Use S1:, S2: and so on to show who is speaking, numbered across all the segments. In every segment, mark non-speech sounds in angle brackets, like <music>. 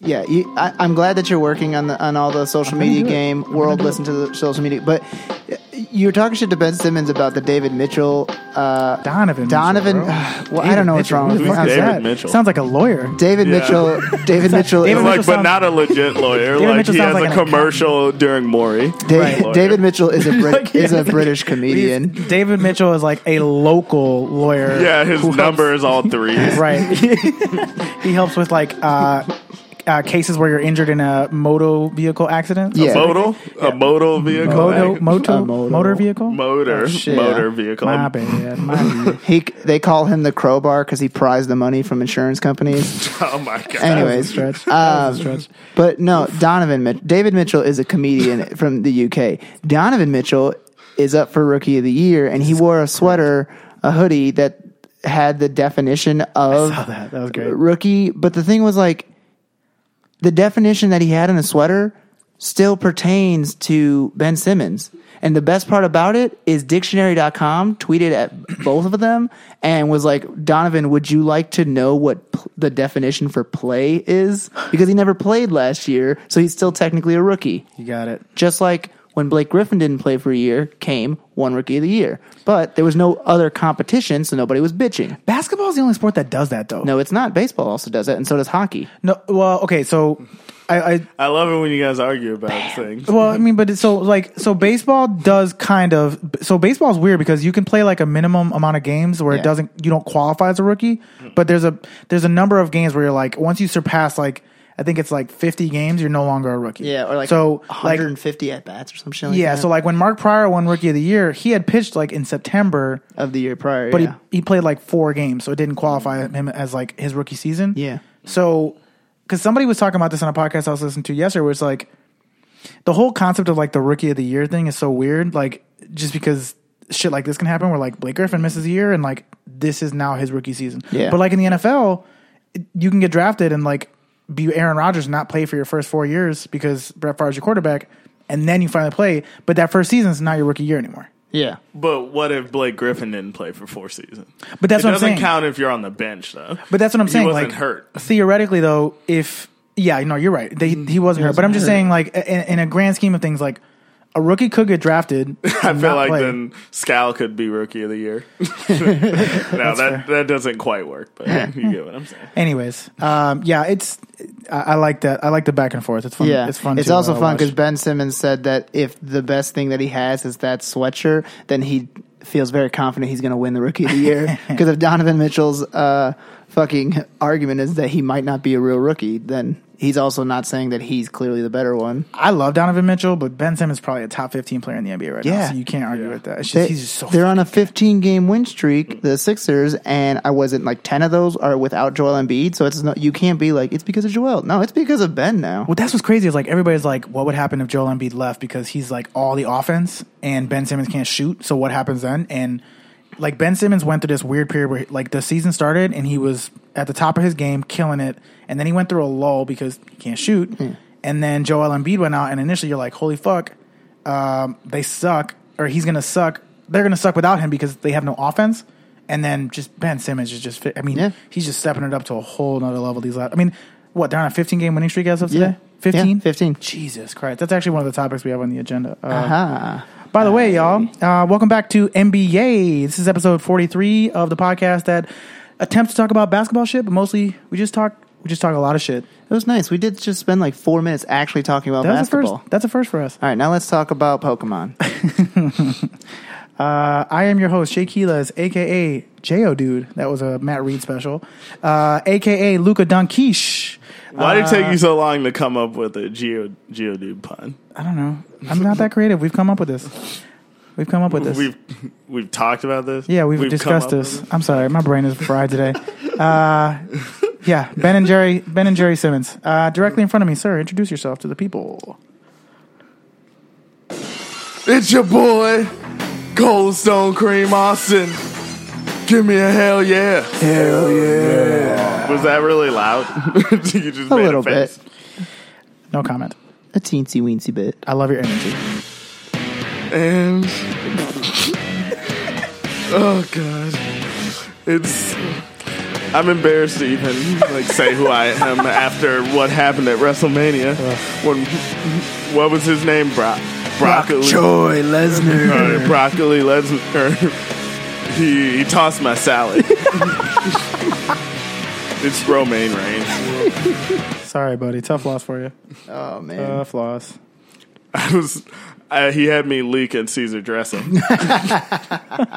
S1: yeah, you, I, I'm glad that you're working on the on all the social media
S2: do it.
S1: game world. Listen to the social media, but uh, you were talking shit to Ben Simmons about the David Mitchell, uh,
S2: Donovan.
S1: Donovan.
S2: Mitchell,
S1: <sighs> well, I don't know what's wrong with me.
S2: Mitchell.
S1: I'm
S2: Who's
S1: sorry.
S2: that?
S3: David Mitchell.
S2: Sounds like a lawyer.
S1: David
S2: <laughs>
S3: Yeah.
S1: Mitchell. David Mitchell.
S2: David
S1: is-
S2: Mitchell
S3: like, but
S2: sounds-
S3: not a
S2: <laughs>
S3: legit lawyer.
S2: David
S3: like
S2: Mitchell
S3: he
S2: sounds
S3: has
S2: like
S3: a
S2: an accountant.
S3: commercial during
S2: <laughs>
S3: Maury.
S1: Da-
S3: Lawyer.
S1: David Mitchell is a Brit-
S2: Like,
S1: is a
S2: yes.
S1: British comedian.
S2: <laughs> He's- David Mitchell is like a local lawyer.
S3: <laughs> Yeah, his
S2: who helps-
S3: number is all
S2: <laughs>
S3: threes.
S2: right. he helps with like uh, uh, cases where you're injured in a moto vehicle accident.
S1: Yeah.
S3: Modal, a modal vehicle,
S2: Moto,
S3: like,
S2: moto,
S1: A moto.
S2: motor vehicle.
S3: motor,
S1: Oh, shit.
S3: motor vehicle. <laughs>
S2: My bad. My
S1: <laughs>
S2: bad.
S1: He they call him the crowbar because he prized the money from insurance companies.
S3: Oh my god!
S1: <laughs> Anyways, um, but no, Donovan Mit- David Mitchell is a comedian <laughs> from the UK. Donovan Mitchell is up for Rookie of the Year, and he wore a sweater, a hoodie that had the definition of
S2: saw <laughs> that. That was great.
S1: rookie. But the thing was like the definition that he had in a sweater still pertains to Ben Simmons. And the best part about it is dictionary.com tweeted at both of them and was like, Donovan, would you like to know what pl- the definition for play is? Because he never played last year, so he's still technically a rookie.
S2: You got it.
S1: Just like when Blake Griffin didn't play for a year, came one rookie of the year. But there was no other competition, so nobody was bitching.
S2: Basketball is the only sport that does that, though.
S1: No, it's not. Baseball also does that, and so does hockey.
S2: No, well, okay, so I, I
S3: I love it when you guys argue about things.
S2: well, I mean, but it's so like so baseball does kind of so baseball's weird because you can play like a minimum amount of games where
S1: Yeah.
S2: it doesn't you don't qualify as a rookie, but there's a there's a number of games where you're like once you surpass like I think it's like 50 games, you're no longer a rookie.
S1: Yeah, or like
S2: so like
S1: 150 at bats or some shit. Like
S2: yeah,
S1: that.
S2: so like when Mark Pryor won Rookie of the Year, he had pitched like in September,
S1: of the year prior.
S2: but
S1: yeah.
S2: he he played like four games, so it didn't qualify him as like his rookie season.
S1: Yeah.
S2: So, because somebody was talking about this on a podcast I was listening to yesterday, where it's like the whole concept of like the rookie of the year thing is so weird. Like, just because shit like this can happen, where like Blake Griffin misses a year and like this is now his rookie season.
S1: Yeah.
S2: But like in the NFL, it- you can get drafted and like be Aaron Rodgers and not play for your first four years because Brett Favre's your quarterback, and then you finally play, but that first season is not your rookie year anymore.
S1: yeah,
S3: But what if Blake Griffin didn't play for four seasons?
S2: But that's
S3: it
S2: what I'm
S3: doesn't
S2: saying.
S3: count if you're on the bench though.
S2: But that's what I'm
S3: He
S2: saying.
S3: wasn't
S2: like
S3: hurt.
S2: Theoretically, though, if yeah, no, you're right. They, he wasn't hurt. But I'm just saying, like in, in a grand scheme of things, like a rookie could get drafted.
S3: <laughs> I feel like
S2: play.
S3: then Scal could be rookie of
S2: <laughs>
S3: the year. <laughs> no, that that doesn't quite work.
S2: <laughs>
S3: But you get what I'm saying.
S2: Anyways, um, yeah, it's I, I like that. I like the back and forth. It's fun.
S1: yeah.
S2: it's fun.
S1: It's
S2: to,
S1: also
S2: uh,
S1: fun
S2: watch.
S1: because Ben Simmons said that if the best thing that he has is that sweatshirt, then he feels very confident he's going to win the Rookie of the <laughs> Year. Because if Donovan Mitchell's uh, fucking argument is that he might not be a real rookie, then he's also not saying that he's clearly the better one.
S2: I love Donovan Mitchell, but Ben Simmons is probably a top 15 player in the NBA right
S1: Yeah.
S2: now. So you can't argue with that. It's just
S1: They,
S2: he's just so.
S1: they're on a 15 game win streak, the Sixers, and I wasn't like 10 of those are without Joel Embiid. So it's not, you can't be like, it's because of Joel. No, it's because of Ben now.
S2: Well, that's what's crazy is like everybody's like, what would happen if Joel Embiid left because he's like all the offense and Ben Simmons can't shoot. So what happens then? And like Ben Simmons went through this weird period where like the season started and he was at the top of his game, killing it, and then he went through a lull because he can't shoot. And then Joel Embiid went out, and initially you're like, holy fuck, um, they suck, or he's gonna suck. They're gonna suck without him because they have no offense. And then just Ben Simmons is just. Fit. I mean,
S1: Yeah.
S2: he's just stepping it up to a whole nother level. These last, I mean, what they're on a 15 game winning streak as of
S1: Yeah.
S2: today? 15?
S1: Yeah, 15.
S2: Jesus Christ. That's actually one of the topics we have on the agenda. Uh,
S1: Ah.
S2: By the way, y'all, uh, welcome back to NBA. This is episode 43 of the podcast that attempts to talk about basketball shit, but mostly we just talk we just talk a lot of shit.
S1: It was nice. We did just spend like four minutes actually talking about
S2: That's a
S1: basketball.
S2: first. That's a first for us.
S1: All right, now let's talk about
S2: <laughs>
S1: Pokemon.
S2: Uh, I am your host, Jay Keelas, aka J.O. Dude. That was a Matt Reed special. Uh, aka Luca Donkish.
S3: Why did it
S2: Uh,
S3: take you so long to come up with a geo geodude pun?
S2: I don't know. I'm not that creative. We've come up with this. We've come up with this.
S3: <laughs> We've we've talked about this.
S2: Yeah, we've,
S3: come
S2: discussed
S3: up with
S2: this. I'm sorry, my brain is fried
S3: <laughs>
S2: today. Uh, yeah, Ben and Jerry, Ben and Jerry Simmons, uh, directly in front of me, sir. Introduce yourself to the people.
S3: It's your boy, Cold Stone Cream Austin. Give me a hell yeah. Hell yeah. Was that
S2: <laughs>
S3: really loud? <laughs> you just made
S1: a little
S3: face.
S1: bit,
S2: No comment.
S1: a teensy weensy bit.
S2: I love your energy.
S3: And oh god. It's I'm embarrassed to even like say who I am after what happened at WrestleMania.
S2: Uh.
S3: When what was his name? Brock. Broccoli.
S2: Joy Lesnar.
S3: Uh, broccoli Lesnar. he, he tossed my salad. <laughs> it's romaine reigns.
S2: Sorry, buddy. Tough loss for you.
S1: Oh man.
S2: Tough loss.
S3: I was. I, he had me leak at Caesar dressing.
S2: Caesar dressing.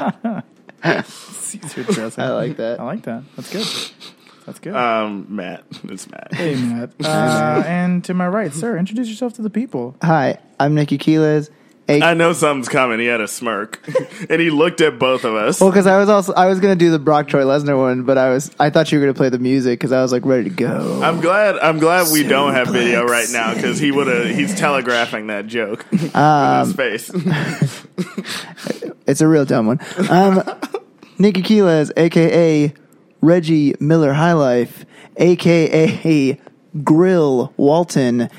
S1: <laughs> <laughs> I Uh, like that.
S2: I like that. That's good. That's good.
S3: Um, Matt, it's Matt.
S1: <laughs>
S2: hey, Matt. Uh, and to my right, sir, introduce yourself to the people.
S1: Hi, I'm Nicky Keeles. A-
S3: I know something's coming. He had a smirk, <laughs> and he looked at both of us.
S1: well, because I was also I was gonna do the Brock Troy Lesnar one, but I was I thought you were gonna play the music because I was like ready to go.
S3: I'm glad. I'm glad we don't have video right now because he would have. He's telegraphing that joke <laughs>
S1: Um,
S3: in his face. <laughs>
S1: It's a real dumb one.
S3: <laughs>
S1: Um, Nikki Keeles, aka Reggie Miller High Life, aka Grill
S3: <laughs>
S1: Walton,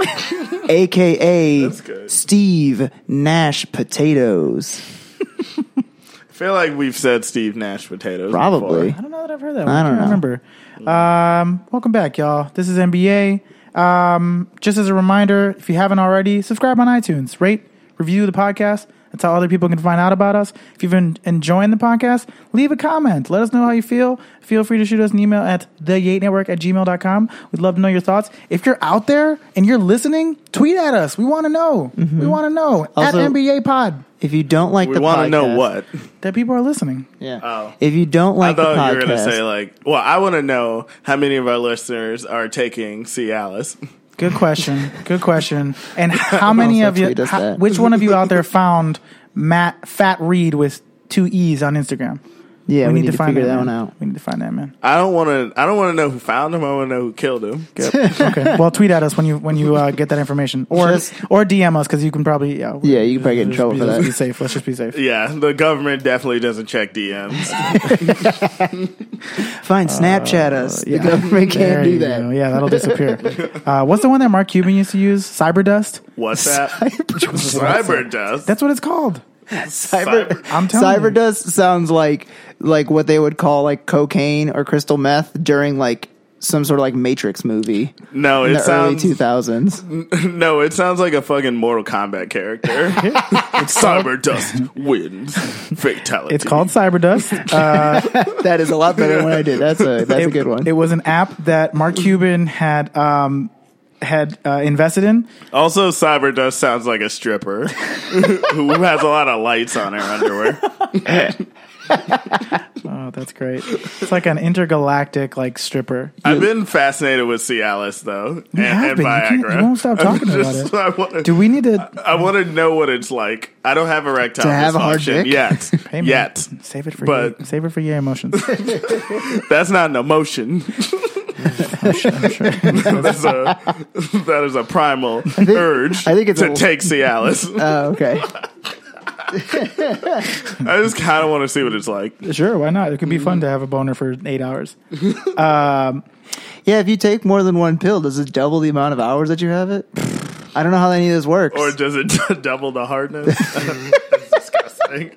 S1: aka
S3: That's good.
S1: Steve Nash Potatoes.
S3: I feel like we've said Steve Nash potatoes.
S1: Probably.
S2: I don't know that I've heard that. One.
S1: I
S2: I
S1: don't
S2: don't remember. Um, welcome back, y'all. This is NBA. Um, just as a reminder, if you haven't already, subscribe on iTunes, rate, review the podcast. That's how other people can find out about us. If you've been enjoying the podcast, leave a comment. Let us know how you feel. Feel free to shoot us an email at the Yate Network at gmail.com. We'd love to know your thoughts. If you're out there and you're listening, tweet at us. We want to know. We want to know.
S1: Also-
S2: at NBA Pod
S1: If you don't like
S3: We
S1: the
S3: want to
S1: podcast-
S3: know what.
S2: that people are listening.
S1: Yeah.
S3: Oh.
S1: If you don't
S3: I
S1: like the
S3: thought
S1: podcast,
S3: you were gonna say like. Well, I want to know how many of our listeners are taking Cialis.
S2: Good question. Good question.
S1: <laughs>
S2: And how many
S1: Also
S2: of you?
S1: tweet us
S2: how-
S1: that.
S2: which one of you
S1: <laughs>
S2: out there found Matt Fat Reed with two E's on Instagram?
S1: yeah, we, need, to, figure that
S2: man.
S1: one out.
S2: We need to find that man.
S3: I don't want to. I don't want to know who found him. I want to know who killed him.
S2: <laughs> Okay. well, tweet at us when you when you uh, get that information, or
S1: Just-
S2: or DM us because you can probably yeah. we-
S1: Yeah, you can probably get in
S2: let's
S1: trouble
S2: be-
S1: for
S2: Let's be
S3: <laughs>
S1: that.
S2: safe. Let's just be safe.
S3: Yeah, the government definitely doesn't check
S1: <laughs>
S3: DMs.
S1: Fine, Snapchat
S3: Oh,
S1: us.
S2: yeah.
S1: The government
S2: There
S1: can't do
S2: you
S1: that.
S2: go. Yeah,
S1: <laughs>
S2: that'll disappear. uh, what's the one that Mark Cuban used to use? Cyber dust.
S3: What's
S1: <laughs>
S3: that? Cyber dust.
S2: That's what it's called.
S1: Cyber,
S2: I'm telling you.
S1: Cyberdust sounds like like what they would call like cocaine or crystal meth during like some sort of like Matrix movie
S3: no,
S1: in
S3: it
S1: the
S3: sounds
S1: early 2000s.
S3: <laughs> no, it sounds like a fucking Mortal
S1: <laughs>
S3: Kombat character. <laughs> Cyber dust wins fatality.
S2: It's called Cyber dust.
S1: <laughs> that is a lot better than what I did. That's
S2: <laughs>
S1: a that's a good one.
S2: It was an app that Mark Cuban had um, had uh, invested in.
S3: Also, cyber dust sounds like
S1: <laughs>
S3: a stripper <laughs> who has a lot of lights on her underwear.
S2: Oh, that's great! It's like an intergalactic like stripper.
S3: I've been fascinated with Cialis though, and,
S2: have
S3: and
S2: been. You can't-
S3: Viagra.
S2: you won't stop talking
S3: <laughs> I'm
S2: about it.
S3: I wanna,
S2: Do we need to
S3: I want to know what it's like. I don't have erectile
S1: To have a hard
S3: dysfunction
S1: dick?
S3: yet.
S2: <laughs> Hey, man,
S3: yet
S2: save it for
S3: But-
S2: your, save it for your emotions? <laughs>
S3: that's not an emotion. <laughs> that's a <laughs> that is a primal urge.
S1: I think it's
S3: to
S1: a-
S3: take Cialis.
S2: <laughs>
S1: Oh, okay.
S3: I just kind of want to see what it's like.
S2: sure, why not? It could be fun to have a boner for eight hours.
S1: Yeah, if you take more than one pill, does it double the amount of hours that you have it? I don't know how any of this works.
S3: Or does it <laughs> double
S2: <laughs>
S3: the hardness? That's disgusting.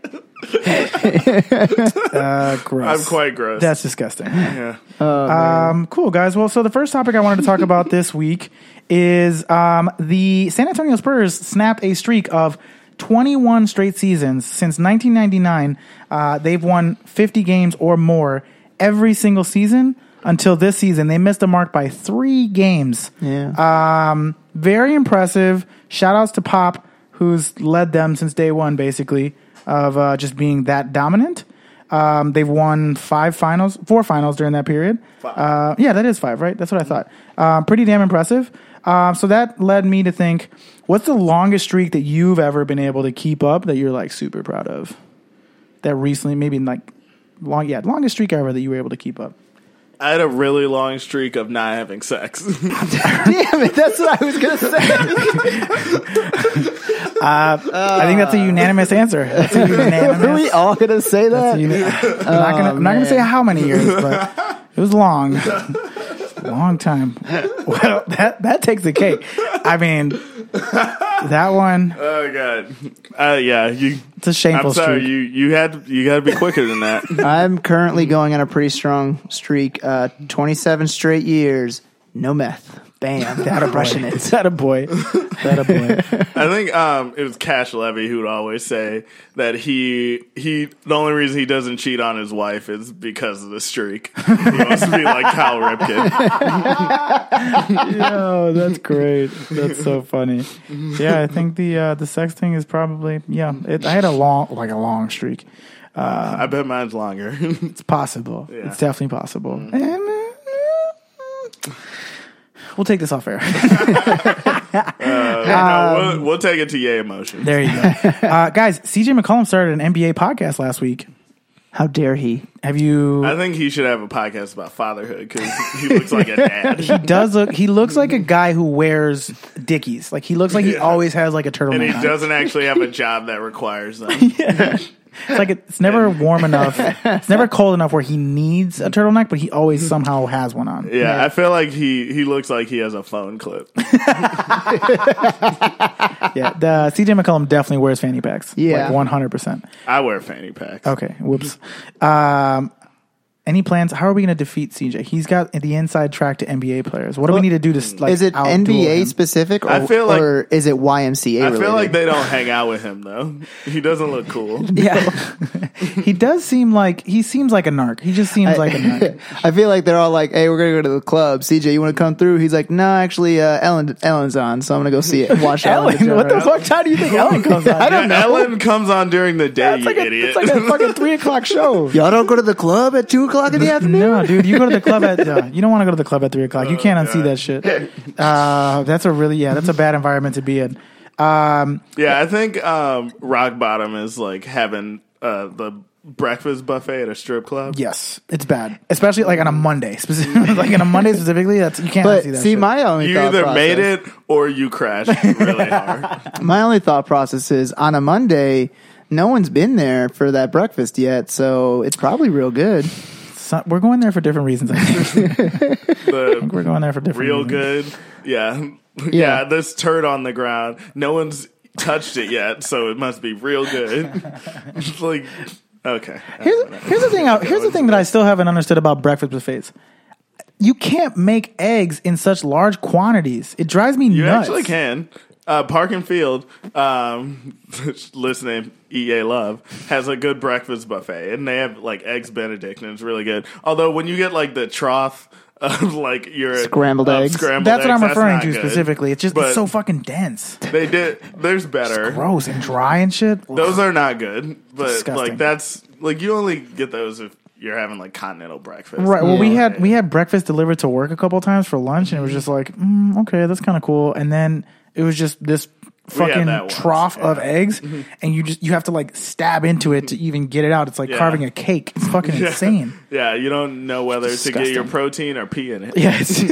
S2: Uh, gross.
S3: I'm quite gross.
S2: That's disgusting.
S3: <laughs> yeah.
S2: Um, cool guys. Well, so the first topic I wanted to talk about this week is um, the San Antonio Spurs snapped a streak of 21 straight seasons since 1999. Uh, they've won 50 games or more every single season until this season. They missed the mark by three games.
S1: yeah.
S2: Um, very impressive. Shout outs to Pop, who's led them since day one, basically, of uh, just being that dominant. Um, they've won five finals, four finals during that period. Uh, yeah, that is five, right? That's what I thought. Um, pretty damn impressive. Um, so that led me to think what's the longest streak that you've ever been able to keep up that you're like super proud of? That recently, maybe like long, yeah, longest streak ever that you were able to keep up.
S3: I had a really long streak of not having sex. <laughs>
S1: Damn it, that's what I was gonna
S2: <laughs>
S1: say.
S2: Uh, I think that's a unanimous answer. That's a unanimous
S1: Are we Oh, all gonna say that?
S2: You know, I'm, not gonna, I'm not gonna say how many years, but it was long, long time. Well, that that takes the cake. I mean, that one.
S3: Oh god. Uh, yeah, you.
S2: It's a shameful
S3: I'm sorry.
S2: streak.
S3: You you had you got to be quicker than that. <laughs>
S1: I'm currently going on a pretty strong streak. Uh, 27 straight years, no meth. Bam, out of brushing
S2: <laughs>
S1: it.
S2: That a boy. That a
S1: <laughs>
S2: boy.
S3: I think um, it was Cash Levy who would always say that he he the only reason he doesn't cheat on his wife is because of the streak. <laughs> He wants to be like Kyle Ripken.
S2: Yo, that's great. That's so
S1: <laughs>
S2: funny. Yeah, I think the uh, the sex thing is probably yeah. It, I had a long like a long streak.
S3: I bet mine's longer. <laughs>
S2: It's possible.
S3: Yeah. Mm.
S2: It's definitely possible. And, uh, We'll take this off
S3: <laughs>
S2: air.
S3: no, we'll, we'll take it to yay emotion.
S2: there you go, <laughs> uh, guys. CJ McCollum started an NBA podcast last week.
S1: How dare he?
S2: Have you?
S3: I think he should have a podcast about fatherhood because he looks like a
S2: <laughs>
S3: dad.
S2: he does look. He looks like a guy who wears dickies. Like he looks like he
S3: Yeah.
S2: always has like a turtleneck.
S3: And he
S2: on.
S3: doesn't actually have a job that requires them.
S2: It's like it's never warm
S3: <laughs>
S2: enough. It's never cold enough where he needs a turtleneck, but he always somehow has one on.
S3: <laughs> Yeah, I feel like he, he looks like he has a phone clip.
S2: Yeah, the CJ McCollum definitely wears fanny packs.
S1: Yeah.
S2: one hundred percent.
S3: I wear fanny packs.
S2: Okay, whoops. Um, any plans? How are we going to defeat CJ? He's got the inside track to NBA players. What do we need to do to s- like?
S1: Is it
S2: outduel
S1: NBA
S2: him?
S1: specific or,
S3: I feel like-
S1: or is it YMCA
S3: I
S1: related?
S3: feel like they don't hang out with him though. <laughs> He doesn't look cool.
S1: yeah.
S2: <laughs> he does seem like he seems like a narc. He just seems <laughs> like a narc.
S1: <laughs> I feel like they're all like, "Hey, we're gonna go to the club. CJ, you want to come through?" He's like, "No, actually, uh, Ellen, Ellen's on, so I'm gonna go see it.
S2: <laughs>
S1: Watch Ellen.
S2: Ellen, what the
S1: DeGeneres."
S2: fuck time do you think Ellen comes on? <laughs> I
S3: Yeah, Ellen comes on during the day, you
S2: It's like, a,
S3: idiot.
S2: it's like a fucking three o'clock <laughs> show.
S1: Y'all don't go to the club at two o'clock in
S2: <laughs>
S1: the afternoon.
S2: No, dude, you go to the club at uh, you don't want to go to the club at three o'clock.
S3: <laughs>
S2: You can't unsee
S3: Oh, God.
S2: that shit. Uh, that's a really yeah, that's a bad environment to be in. Um,
S3: <laughs> yeah, I think um, Rock Bottom is like having uh, the breakfast buffet at a strip club.
S2: yes, it's bad, especially like on a Monday, specifically <laughs> like on a Monday specifically. That's you can't
S1: But
S2: unsee
S1: see,
S2: that. shit.
S1: my only
S3: You
S1: thought
S3: either
S1: process,
S3: made it or you crashed really hard.
S1: My only thought process is on a Monday, no one's been there for that breakfast yet, so it's probably real good. <laughs>
S2: So- we're going there for different reasons. <laughs> I think <laughs>
S3: The
S2: we're going there for different
S3: real
S2: reasons.
S3: good. Yeah. <laughs> yeah.
S1: Yeah.
S3: this turd on the ground. No one's touched it yet, so it must be real good. <laughs> It's like okay.
S2: Here's, here's the thing. I- Here's the thing that I still haven't understood about breakfast buffets. You can't make eggs in such large quantities. It drives me
S3: You
S2: nuts.
S3: actually can. Uh, Park and Field, um, <laughs> listening EA Love has a good breakfast buffet, and they have like eggs Benedict, and it's really good. Although when you get like the trough <laughs> of like your
S1: Scrambled
S3: of
S1: eggs.
S3: scrambled
S2: That's what
S3: eggs,
S2: I'm referring
S3: not
S2: to
S3: good.
S2: specifically. It's just
S3: But-
S2: it's so fucking dense,
S3: They did. There's better.
S2: gross, and dry and shit.
S3: Those are not good, but
S2: Disgusting.
S3: like that's like you only get those if you're having like continental breakfast.
S2: Right. Well, we
S1: Yeah.
S2: had we had breakfast delivered to work a couple times for lunch, and it was just like, mm, okay, that's kind of cool. And then it was just this
S3: had that
S2: fucking
S3: once,
S2: trough of
S3: yeah. Mm-hmm.
S2: eggs, and you just you have to like stab into it to even get it out. It's like
S3: Yeah.
S2: carving a cake. It's fucking
S3: <laughs>
S2: insane.
S3: Yeah, you don't know whether to
S2: disgusting.
S3: get your protein or pee in
S2: <laughs>
S3: it.
S1: Yes,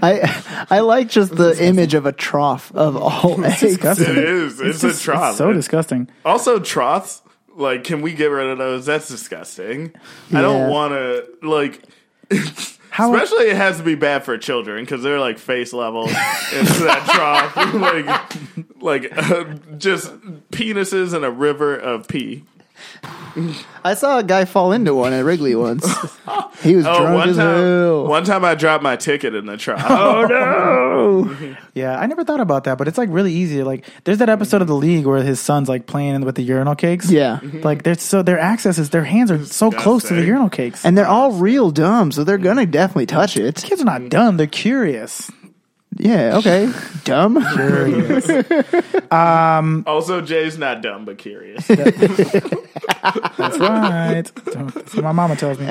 S1: I I like just the image of a trough of
S2: <laughs>
S1: all eggs.
S2: Disgusting.
S3: It is. It's,
S2: just-
S3: a trough.
S2: so
S3: It's-
S2: disgusting.
S3: Also, troughs. Like, can we get rid of those? That's disgusting. I
S1: Yeah.
S3: don't want to like.
S2: How-
S3: Especially, it has to be bad for children because they're like face level into that trough, <laughs> like, like uh, just penises in a river of pee.
S1: I saw a guy fall into one at
S3: <laughs>
S1: Wrigley once. He was
S3: Oh,
S1: drunk
S3: one
S1: as
S3: time,
S1: hell.
S3: one time I dropped my ticket in the trough. Oh
S2: Yeah, I never thought about that, but it's like really easy. Like, there's that episode of the league where his son's like playing with the urinal cakes.
S1: Yeah.
S2: like they're so their access is their hands are so close to the
S3: Mm-hmm. Disgusting.
S2: urinal cakes.
S1: And they're all real dumb, so they're gonna definitely touch it.
S2: kids are
S3: Mm-hmm.
S2: not dumb; they're curious.
S1: Yeah, okay.
S3: <laughs>
S1: Dumb.
S3: <laughs> Also, Jay's not dumb but curious.
S2: That's right. <laughs> That's what my mama tells me.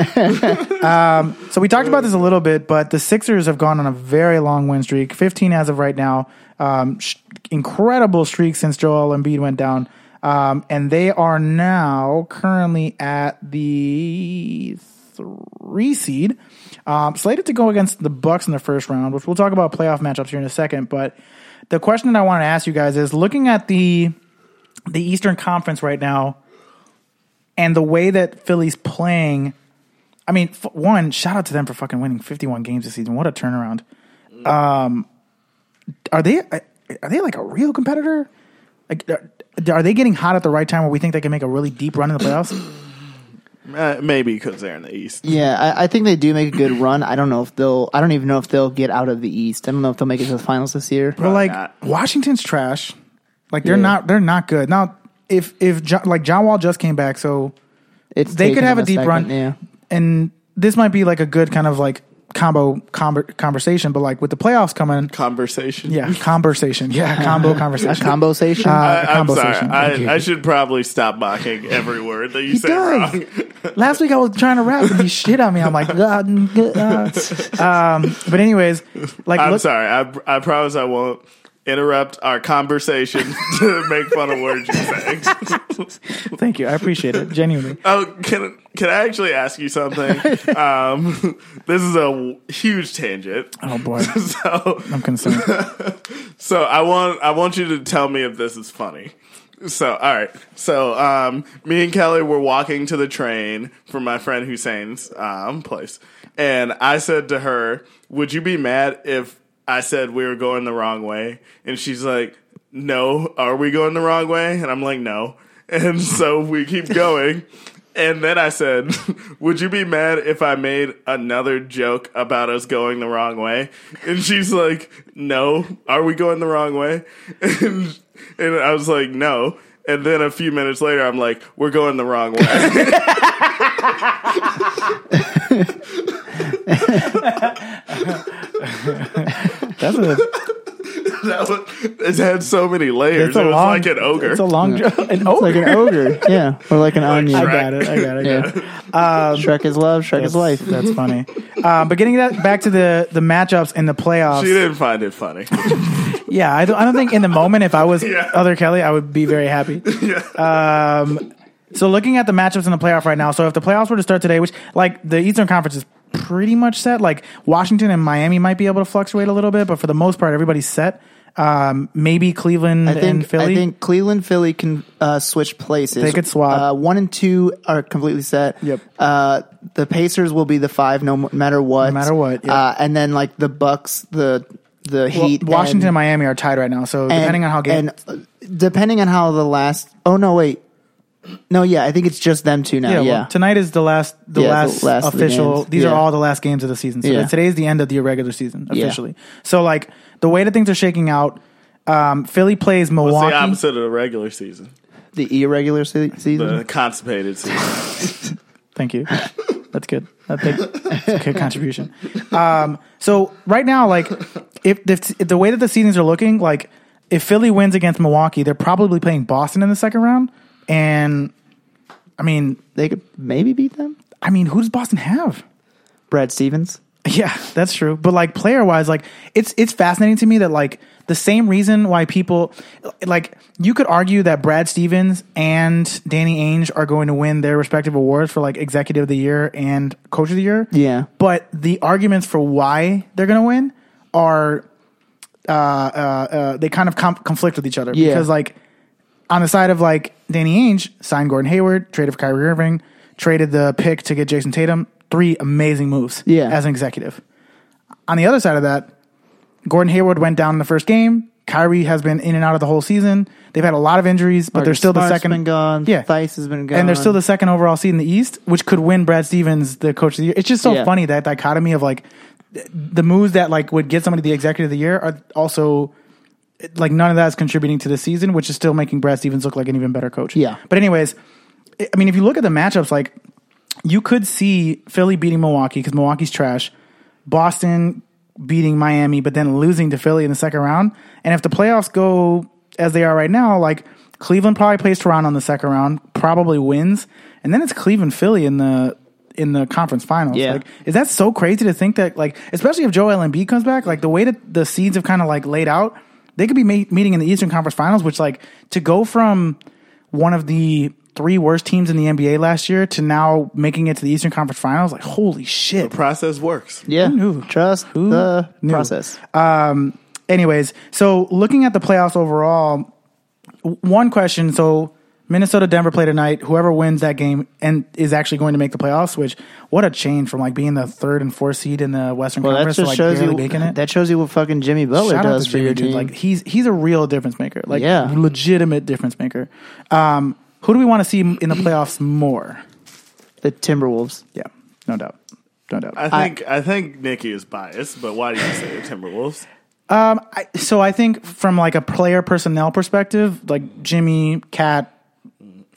S2: Um, so we talked about this a little bit, but the Sixers have gone on a very long win streak, 15 as of right now. Um, sh- incredible streak since Joel Embiid went down. Um, and they are now currently at the three seed, um, slated to go against the Bucks in the first round, which we'll talk about playoff matchups here in a second. But the question that I want to ask you guys is: looking at the the Eastern Conference right now, and the way that Philly's playing, I mean, f- one shout out to them for fucking winning 51 games this season. What a turnaround! Um, are they are they like a real competitor? Like, are- are they getting hot at the right time where we think they can make a really deep run in the playoffs?
S3: Uh, maybe because they're in the East.
S1: Yeah, I, I think they do make a good run. I don't know if they'll. I don't even know if they'll get out of the East. I don't know if they'll make it to the finals this year.
S2: But like
S3: not.
S2: Washington's trash. Like they're
S1: Yeah.
S2: not they're not good. Now if if John, like John Wall just came back, so
S1: It's
S2: they could
S1: taken
S2: have a
S1: them
S2: deep
S1: second,
S2: run.
S1: Yeah,
S2: And this might be like a good kind of like combo com- conversation, but like with the playoffs coming,
S3: Conversation.
S2: yeah, conversation, yeah, combo
S1: <laughs>
S2: conversation,
S1: combo station.
S2: Uh,
S3: I, I'm sorry.
S2: conversation. Thank you.
S3: I, I should probably stop mocking every word that you say
S2: does.
S3: wrong.
S2: <laughs> Last week I was trying to rap and he shit on me. I'm like, uh, uh. um, but anyways, like
S3: I'm
S2: look,
S3: sorry. I, I promise I won't interrupt our conversation <laughs> to make fun of words you say.
S2: thank you, I appreciate it genuinely.
S3: Oh, can can I actually ask you something? um, <laughs> this is a w- huge tangent. <laughs>
S2: Oh boy,
S3: So
S2: I'm concerned.
S3: so I want I want you to tell me if this is funny. So all right. So um, me and Kelly were walking to the train from my friend Hussein's um, place, and I said to her, "Would you be mad if I said we were going the wrong way?" And she's like, "No, are we going the wrong way?" And I'm like, "No." And so we keep going. And then I said, <laughs> Would you be mad if I made another joke about us going the wrong way? And she's like, No, are we going the wrong way? <laughs> And, and I was like, No. And then a few minutes later, I'm like, We're going the wrong way. <laughs>
S2: That's a
S3: that was, it had so many layers.
S2: that's
S3: It
S2: a
S3: was
S2: long,
S3: like an ogre.
S2: It's a long joke.
S3: <laughs>
S2: An
S1: it's
S2: ogre.
S1: like an ogre. <laughs> Yeah, or like an onion.
S2: I
S3: Shrek.
S2: got it. I got it. I got it.
S1: Yeah. Shrek is love. Shrek is life.
S2: That's funny. Uh, but getting that back to the the matchups in the playoffs.
S3: she didn't find it funny. <laughs>
S2: Yeah, I don't, I don't think in the moment if I was
S3: Yeah.
S2: other Kelly, I would be very happy. Um, so looking at the matchups in the playoff right now, so if the playoffs were to start today, which like the Eastern Conference is pretty much set, like Washington and Miami might be able to fluctuate a little bit, but for the most part, everybody's set. Um, maybe Cleveland
S1: I
S2: and
S1: think
S2: Philly.
S1: I think Cleveland, Philly can uh, switch places.
S2: They could swap.
S1: Uh, one and two are completely set.
S2: Yep.
S1: Uh, the Pacers will be the five, no m- matter what. No
S2: matter what, yeah.
S1: Uh, and then like the Bucks, the the
S2: Well,
S1: Heat,
S2: Washington and,
S1: and,
S2: Miami are tied right now, so
S1: and-
S2: depending on how game
S1: and uh, depending on how the last. Oh no, wait. No, yeah, I think it's just them two now. Yeah.
S2: well, tonight is the last the
S1: Yeah, the
S2: last,
S1: last of the
S2: official.
S1: games.
S2: these are
S1: Yeah.
S2: all the last games of the season. So
S1: Yeah.
S2: that- today's the end of the regular season
S1: Yeah.
S2: officially. So like the way that things are shaking out, um, Philly plays
S3: It's
S2: Milwaukee.
S3: the opposite of the regular season,
S1: the irregular se- season.
S3: the constipated season.
S2: Thank you. That's good. That's a, that's a good contribution. Um, so right now, like if, if, if the way that the seasons are looking, like if Philly wins against Milwaukee, they're probably playing Boston in the second round, and I mean,
S1: they could maybe beat them.
S2: I mean, who does Boston have?
S1: Brad Stevens.
S2: Yeah, that's true. But like player wise, like it's it's fascinating to me that like the same reason why people like you could argue that Brad Stevens and Danny Ainge are going to win their respective awards for like executive of the year and coach of the year.
S1: Yeah.
S2: But the arguments for why they're going to win are uh, uh, uh, they kind of com- conflict with each other
S1: Yeah.
S2: because like on the side of like Danny Ainge signed Gordon Hayward, traded for Kyrie Irving, traded the pick to get Jason Tatum, three amazing moves
S1: Yeah.
S2: as an executive. On the other side of that, Gordon Hayward went down in the first game. Kyrie has been in and out of the whole season. They've had a lot of injuries, but they're still the
S1: Smart's
S2: second.
S1: Been gone.
S2: Yeah.
S1: Theis has been gone.
S2: And they're still the second overall seed in the East, which could win Brad Stevens the coach of the year. It's just so
S1: Yeah.
S2: funny that dichotomy of like th- the moves that like would get somebody the executive of the year are also like none of that is contributing to the season, which is still making Brad Stevens look like an even better coach.
S1: Yeah.
S2: But anyways, I I mean, if you look at the matchups, like you could see Philly beating Milwaukee because Milwaukee's trash, Boston beating Miami, but then losing to Philly in the second round. And if the playoffs go as they are right now, like Cleveland probably plays Toronto in the second round, probably wins, and then it's Cleveland Philly in the in the conference finals.
S1: Yeah.
S2: Like, is that so crazy to think that like, especially if Joel Embiid comes back, like the way that the seeds have kind of like laid out, they could be ma- meeting in the Eastern Conference Finals, which like to go from one of the three worst teams in the NBA last year to now making it to the Eastern Conference Finals, like holy shit.
S3: Process works.
S1: yeah.
S2: knew?
S1: Trust the
S2: knew?
S1: process.
S2: Anyways, so looking at the playoffs overall, w- one question. So Minnesota Denver play tonight. Whoever wins that game and is actually going to make the playoffs, which what a change from like being the third and fourth seed in the Western
S1: Well, that
S2: Conference
S1: just
S2: to like
S1: shows
S2: barely
S1: you
S2: making it.
S1: that shows you what fucking Jimmy Butler
S2: Shout out
S1: does for
S2: to Jimmy,
S1: your
S2: dude.
S1: team.
S2: Like he's he's a real difference maker. Like
S1: Yeah.
S2: legitimate difference maker. Um, who do we want to see in the playoffs more?
S1: the Timberwolves.
S2: Yeah, no doubt, no doubt.
S3: I think I, think Nikki is biased, but why do you say the Timberwolves?
S2: Um, I, so I think from like a player personnel perspective, like Jimmy, Cat,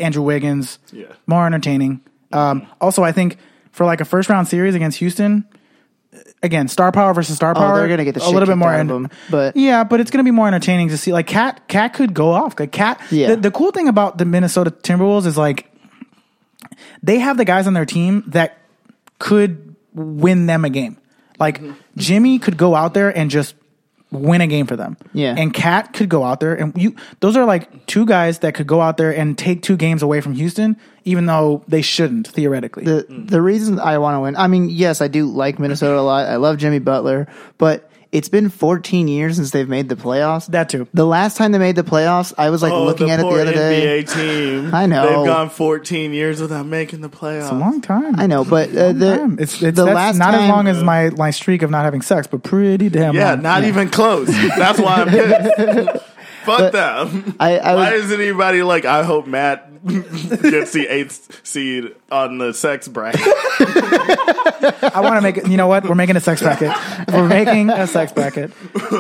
S2: Andrew Wiggins,
S3: Yeah.
S2: more entertaining. Um, also I think for like a first round series against Houston, again star power versus star power,
S1: Oh, they're gonna get the
S2: a
S1: shit
S2: little bit
S1: kicked
S2: more.
S1: out of
S2: en-
S1: them, but-
S2: yeah, but it's gonna be more entertaining to see. Like Cat, Cat could go off. Like Cat,
S1: Yeah.
S2: The, the cool thing about the Minnesota Timberwolves is like they have the guys on their team that could win them a game. Like Jimmy could go out there and just win a game for them.
S1: Yeah.
S2: And Cat could go out there and you those are like two guys that could go out there and take two games away from Houston, even though they shouldn't, theoretically.
S1: the the reason I want to win. I mean, yes, I do like Minnesota a lot. I love Jimmy Butler, but it's been 14 years since they've made the playoffs.
S2: that too.
S1: the last time they made the playoffs, I was like
S3: Oh,
S1: looking
S3: the
S1: at it
S3: poor
S1: the other day.
S3: NBA team.
S1: I know.
S3: they've gone 14 years without making the playoffs.
S2: A long time.
S1: I know, but uh, the,
S2: Damn, It's, it's
S1: the
S2: that's
S1: last
S2: not as
S1: time-
S2: long as my, my streak of not having sex, but pretty damn
S3: Yeah,
S2: long.
S3: not even close. That's why I'm pissed. Fuck them.
S1: I- I
S3: why
S1: was-
S3: isn't anybody like? I hope Matt <laughs> gets the eighth seed on the sex bracket.
S2: I want to make it. You know what? We're making a sex bracket. We're making a sex bracket.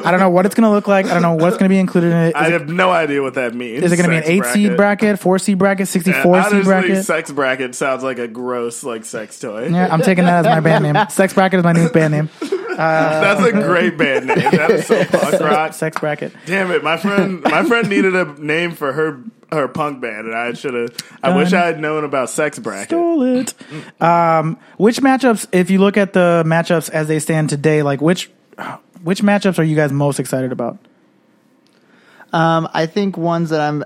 S2: I don't know what it's going to look like. I don't know what's going to be included in it.
S3: I
S2: Is it,
S3: have no idea what that means.
S2: is it going to be an
S3: Sex
S2: eight seed bracket, four seed bracket, sixty
S3: Yeah,
S2: four
S3: honestly,
S2: seed bracket?
S3: sex bracket sounds like a gross like sex toy.
S2: Yeah, I'm taking that as my band
S3: <laughs>
S2: name. Sex bracket is my new band name.
S3: That's a great band name. That is so punk rock.
S2: Sex bracket.
S3: Damn it, my friend.
S1: <laughs>
S3: My friend needed a name for her her punk band, and I should have. I wish I had known about sex bracket.
S2: Stole it. Um, which matchups? If you look at the matchups as they stand today, like which which matchups are you guys most excited about?
S1: Um, I think ones that I'm.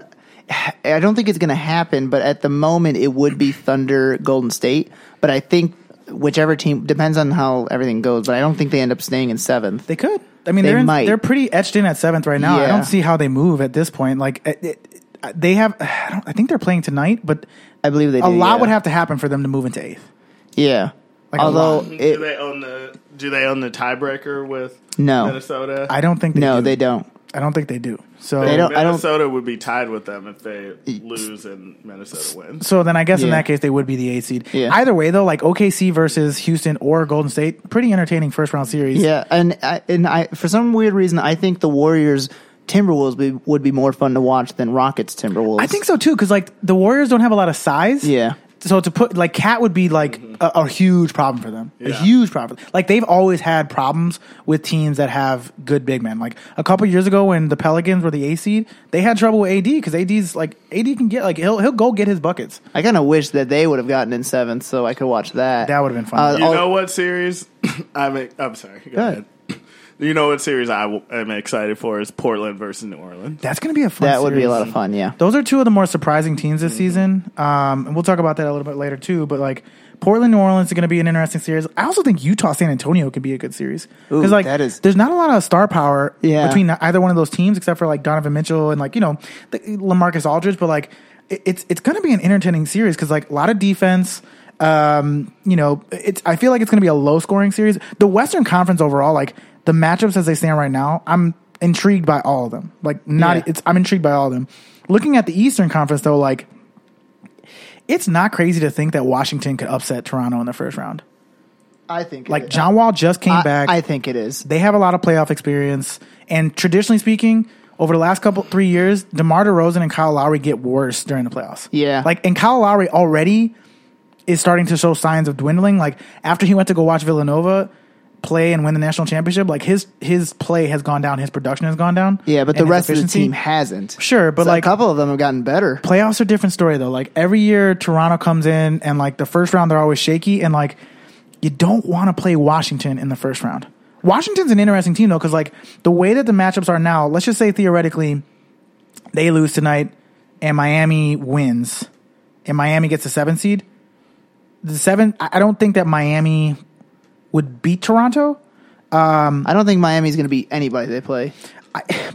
S1: I don't think it's going to happen, but at the moment it would be Thunder Golden State. But I think whichever team depends on how everything goes. But I don't think they end up staying in seventh.
S2: They could. I mean,
S1: They
S2: they are in,
S1: might.
S2: they're pretty etched in at seventh right now. I
S1: Yeah.
S2: don't see how they move at this point. Like it, it, they have, <sighs> I, don't, I think they're playing tonight, but
S1: I believe they.
S2: a
S1: do,
S2: lot
S1: yeah.
S2: would have to happen for them to move into eighth.
S1: Yeah.
S2: Like a
S1: Although
S2: lot.
S3: Do
S1: it,
S3: they own the Do they own the tiebreaker with
S1: No.
S3: Minnesota?
S2: I don't think they
S1: no,
S2: do.
S1: they don't.
S2: I don't think they do. So
S1: They don't- I
S3: Minnesota would be tied with them if they lose and Minnesota wins.
S2: So then I guess in
S1: Yeah.
S2: that case they would be the eighth seed.
S1: Yeah.
S2: Either way though, like OKC versus Houston or Golden State, pretty entertaining first round series.
S1: Yeah, and I, and I for some weird reason I think the Warriors Timberwolves be, would be more fun to watch than Rockets Timberwolves.
S2: I think so too, because like the Warriors don't have a lot of size.
S1: Yeah.
S2: So to put like Cat would be like a, a huge problem for them, a
S3: Yeah.
S2: huge problem. Like they've always had problems with teams that have good big men. Like a couple years ago when the Pelicans were the A seed, they had trouble with AD because AD's like AD can get like he'll he'll go get his buckets.
S1: I kind of wish that they would have gotten in seventh so I could watch that.
S2: That would've been fun.
S1: Uh,
S3: You
S1: all-
S3: know what series? <laughs> I'm ex- I'm sorry. Go,
S1: ahead.
S3: ahead. You know what series I w- am excited for is Portland versus New Orleans.
S2: That's gonna be a fun.
S1: that would be a
S2: series.
S1: lot of fun. Yeah,
S2: Those are two of the more surprising teams
S1: Mm-hmm.
S2: this season. Um, and we'll talk about that a little bit later too. But like Portland, New Orleans is going to be an interesting series. I also think Utah, San Antonio could be a good series
S1: Ooh,
S2: because like
S1: that is-
S2: there's not a lot of star power
S1: Yeah.
S2: between either one of those teams except for like Donovan Mitchell and like you know the, Lamarcus Aldridge. But like it- it's it's going to be an entertaining series because like a lot of defense. Um, you know, it's I feel like it's going to be a low scoring series. The Western Conference overall, like the matchups as they stand right now, I'm intrigued by all of them. Like not
S1: Yeah.
S2: it's I'm intrigued by all of them. Looking at the Eastern Conference though, like it's not crazy to think that Washington could upset Toronto in the first round.
S1: I think
S2: Like John Wall just came
S1: I,
S2: back.
S1: I think it is.
S2: they have a lot of playoff experience, and traditionally speaking, over the last couple three years, DeMar DeRozan and Kyle Lowry get worse during the playoffs.
S1: Yeah.
S2: like and Kyle Lowry already is starting to show signs of dwindling. Like after he went to go watch Villanova play and win the national championship, like his his play has gone down, his production has gone down.
S1: Yeah, but the
S2: and his
S1: rest of the
S2: efficiency.
S1: team hasn't.
S2: Sure, but
S1: So
S2: like-
S1: a couple of them have gotten better.
S2: playoffs are a different story though. Like every year Toronto comes in and like the first round they're always shaky and like you don't want to play Washington in the first round. Washington's an interesting team though cuz like the way that the matchups are now, let's just say theoretically they lose tonight and Miami wins and Miami gets a 7 seed. The 7 I I don't think that Miami would beat Toronto.
S1: I don't think Miami's going to beat anybody they play.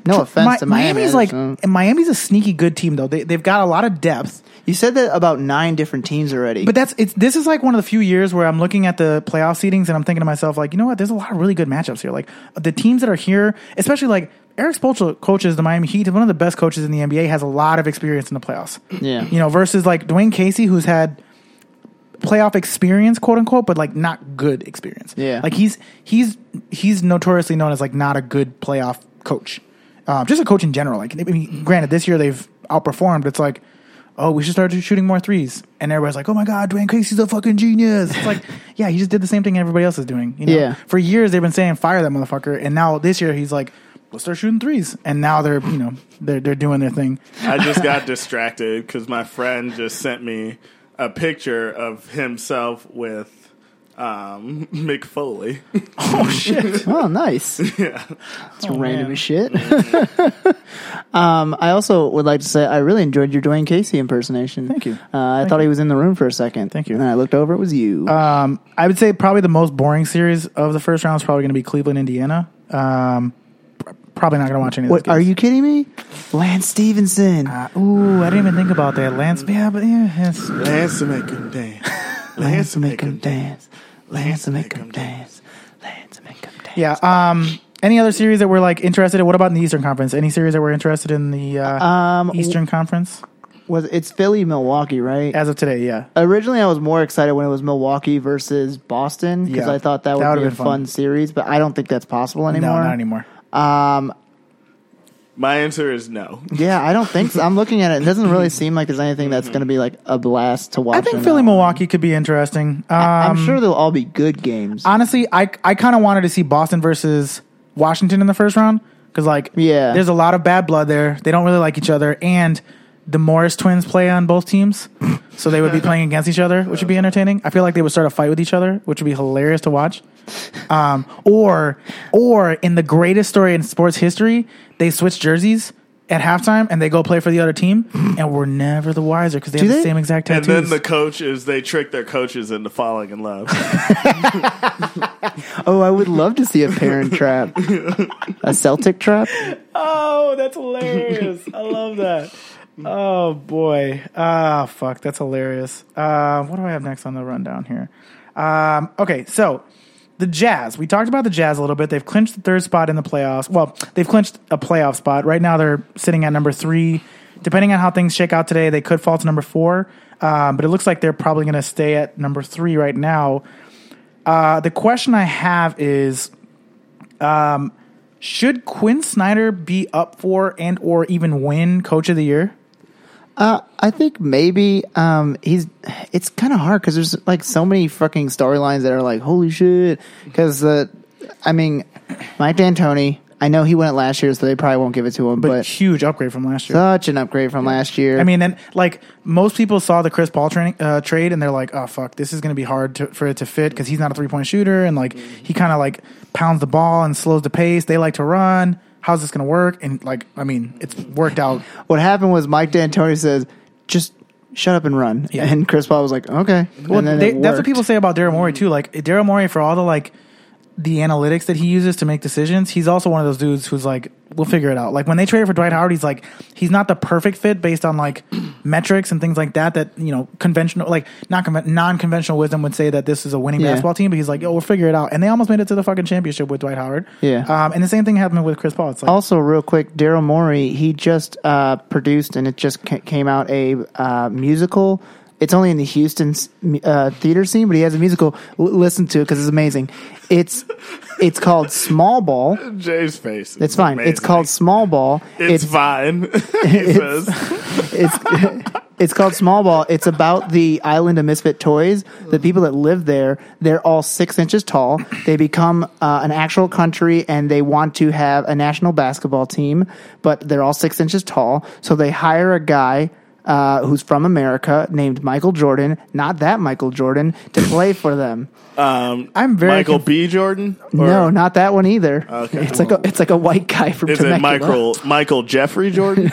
S1: No offense
S2: <laughs> Mi-
S1: to Miami.
S2: Miami's
S1: I
S2: like
S1: just don't-
S2: Miami's a sneaky good team though. They they've got a lot of depth.
S1: you said that about nine different teams already.
S2: But that's it's this is like one of the few years where I'm looking at the playoff seedings and I'm thinking to myself like, you know what? There's a lot of really good matchups here. Like the teams that are here, especially like Eric Spoelstra coaches the Miami Heat, one of the best coaches in the NBA, has a lot of experience in the playoffs.
S1: Yeah.
S2: you know, versus like Dwayne Casey, who's had playoff experience, quote unquote, but like not good experience.
S1: Yeah.
S2: like he's he's he's notoriously known as like not a good playoff coach, um, just a coach in general. Like, I mean, granted, this year they've outperformed. It's like, oh, we should start shooting more threes, and everybody's like, oh my god, Dwayne Casey's a fucking genius.
S1: <laughs>
S2: It's like, yeah, he just did the same thing everybody else is doing. You know?
S1: Yeah.
S2: for years they've been saying fire that motherfucker, and now this year he's like. Let's start shooting threes, and now they're you know they're they're doing their thing.
S3: I just got distracted because my friend just sent me a picture of himself with um, <laughs> Mick Foley.
S2: Oh
S1: <laughs>
S2: shit!
S1: oh, nice. Oh,
S3: yeah.
S1: It's random
S2: man.
S1: as shit. <laughs> um, I also would like to say I really enjoyed your Dwayne Casey impersonation.
S2: Thank you.
S1: Uh, I thought he was in the room for a second.
S2: Thank you.
S1: And I looked over, it was you.
S2: Um, I would say probably the most boring series of the first round is probably going to be Cleveland, Indiana. Um, pr- probably not going to watch any of those
S1: what, are
S2: games.
S1: you kidding me? <laughs> Lance Stevenson.
S2: Uh, ooh, I didn't even think about that, Lance. Yeah, but yeah, yes.
S3: Lance to make him dance. <laughs>
S1: Lance will make him dance. Lance will make him dance. Lance will make him dance.
S2: yeah. Um, any other series that we're like interested in? What about in the Eastern Conference? Any series that we're interested in the uh,
S1: Um,
S2: Eastern Conference
S1: Was it's Philly Milwaukee, right?
S2: as of today? Yeah,
S1: Originally, I was more excited when it was Milwaukee versus Boston because
S2: Yeah.
S1: I thought that
S2: That
S1: would
S2: would've
S1: be a
S2: been
S1: fun.
S2: fun.
S1: series, but I don't think that's possible anymore.
S2: no, not anymore.
S1: Um,
S3: My answer is no.
S1: yeah, I don't think so. I'm looking at it; it doesn't really seem like there's anything that's going to be like a blast to watch.
S2: I think
S1: or
S2: Philly
S1: not.
S2: Milwaukee could be interesting. Um,
S1: I'm sure they'll all be good games.
S2: honestly, I I kind of wanted to see Boston versus Washington in the first round because like
S1: Yeah.
S2: there's a lot of bad blood there. They don't really like each other, and the Morris twins play on both teams, so they would be playing against each other, which would be entertaining. I feel like they would start a fight with each other, which would be hilarious to watch. Um, or or in the greatest story in sports history, they switch jerseys. At halftime, and they go play for the other team, and we're never the wiser because they have
S1: they?
S2: the same exact
S3: And
S2: tattoos.
S3: then the coach is they trick their coaches into falling in love. <laughs>
S1: oh, I would love to see a parent
S2: <laughs>
S1: trap, a Celtic trap.
S2: Oh, that's hilarious. I love that. Oh boy. Ah, fuck, that's hilarious. Uh, what do I have next on the rundown here? Um, okay, so the Jazz. We talked about the Jazz a little bit. They've clinched the third spot in the playoffs. Well, they've clinched a playoff spot. Right now they're sitting at number 3. Depending on how things shake out today, they could fall to number 4. Um, but it looks like they're probably going to stay at number 3 right now. Uh, the question I have is should Quinn Snyder be up for and or even win Coach of the Year?
S1: Uh, I think maybe um, he's. It's kind of hard because there's like so many fucking storylines that are like holy shit. Because uh, I mean, Mike D'Antoni. I know he went last year, so they probably won't give it to him.
S2: But,
S1: But,
S2: huge upgrade from last year.
S1: such an upgrade from last year.
S2: I mean, and like most people saw the Chris Paul training, uh, trade, and they're like, "Oh fuck, this is going to be hard to, for it to fit because he's not a three point shooter, and like he kind of like pounds the ball and slows the pace. They like to run. How's this going to work?" And like, I mean, it's worked out.
S1: what happened was Mike D'Antoni says, "Just shut up and run,"
S2: Yeah.
S1: and Chris Paul was like, "Okay."
S2: Well,
S1: and then
S2: they,
S1: it
S2: that's what
S1: worked.
S2: people say about Daryl Morey too. Like Daryl Morey, for all the like the analytics that he uses to make decisions, he's also one of those dudes who's like, we'll figure it out. Like when they traded for Dwight Howard, he's like, he's not the perfect fit based on like <clears throat> metrics and things like that. That you know, conventional, like not conven- non-conventional wisdom would say that this is a winning
S1: Yeah.
S2: basketball team, but he's like, yo, we'll figure it out. And they almost made it to the fucking championship with Dwight Howard.
S1: Yeah.
S2: Um, and the same thing happened with Chris Paul. It's like,
S1: Also, real quick, Daryl Morey he just uh, produced and it just ca- came out a uh, musical. It's only in the Houston s- mu- uh, theater scene, but he has a musical. L- listen to it because it's amazing. It's it's called Small Ball.
S3: Jay's face. is
S1: It's fine. It's
S3: amazing.
S1: called Small Ball.
S3: It's, fine. <laughs> he
S1: <laughs> It's-
S3: says.
S1: it's <laughs> it's called Small Ball. It's about the island of misfit toys. The people that live there, they're all six inches tall. They become uh, an actual country, and they want to have a national basketball team, but they're all six inches tall. So they hire a guy. Uh, who's from America, named Michael Jordan, not that Michael Jordan, to play for them.
S3: <laughs> Um,
S2: I'm very
S3: Michael B. Jordan. Or
S1: no, not that one either.
S3: Okay.
S1: It's like a it's like a white guy from
S3: Is it
S1: Temecula.
S3: Michael Michael Jeffrey Jordan?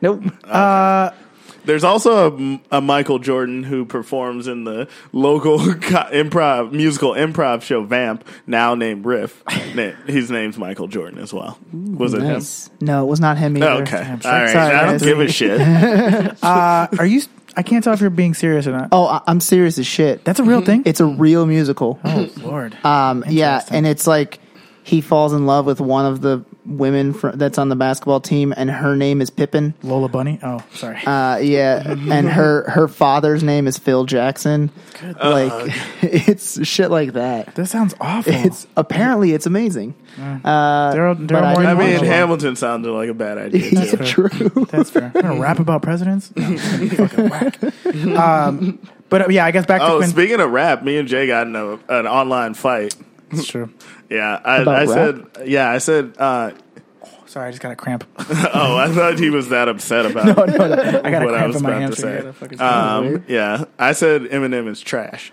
S1: Nope.
S2: uh,
S3: There's also a, a Michael Jordan who performs in the local <laughs> co- improv musical improv show Vamp, now named
S1: <laughs>
S3: Riff. Na- His name's Michael Jordan as well. Was it
S1: Nice. No, it was not him either.
S3: him? Oh, Okay, all right.
S1: Sorry,
S3: I don't
S1: guys.
S3: give a
S1: <laughs>
S3: shit.
S2: Uh, are you? I can't tell if you're being serious or not.
S1: Oh, I- I'm serious as shit.
S2: That's
S1: <laughs>
S2: a real thing.
S1: it's a real musical.
S2: oh Lord.
S1: Um, yeah,
S2: Interesting.
S1: and it's like he falls in love with one of the women fr- that's on the basketball team, and her name is Pippin.
S2: Lola Bunny. Oh, sorry.
S1: Uh, yeah, and her her father's name is Phil Jackson. Like <laughs> it's shit like that.
S2: that sounds awful.
S1: It's apparently it's amazing. Uh,
S2: Daryl,
S1: but I
S2: Daryl Morey
S3: I mean,
S2: Marshall.
S3: Hamilton sounded like a bad
S1: <laughs>
S3: idea.
S1: Yeah,
S3: Too.
S1: true.
S2: That's fair. I'm gonna rap about presidents. No, it's
S1: <laughs>
S2: gonna be fucking whack. Um, but uh, yeah, I guess back to
S3: Oh,
S2: Quinn.
S3: speaking of rap, me and Jay got in a, an online fight.
S2: That's true.
S3: Yeah, I,
S1: About
S3: I
S1: rap?
S3: said. Yeah, I said. Uh, <laughs>
S2: Sorry, I just got a cramp. <laughs>
S3: oh, I thought he was
S1: <laughs>
S3: that upset about it.
S2: I got a
S3: what I
S2: cramp
S3: was
S2: in my
S3: about to
S2: hamstring.
S3: say. Um, yeah, I said Eminem is trash.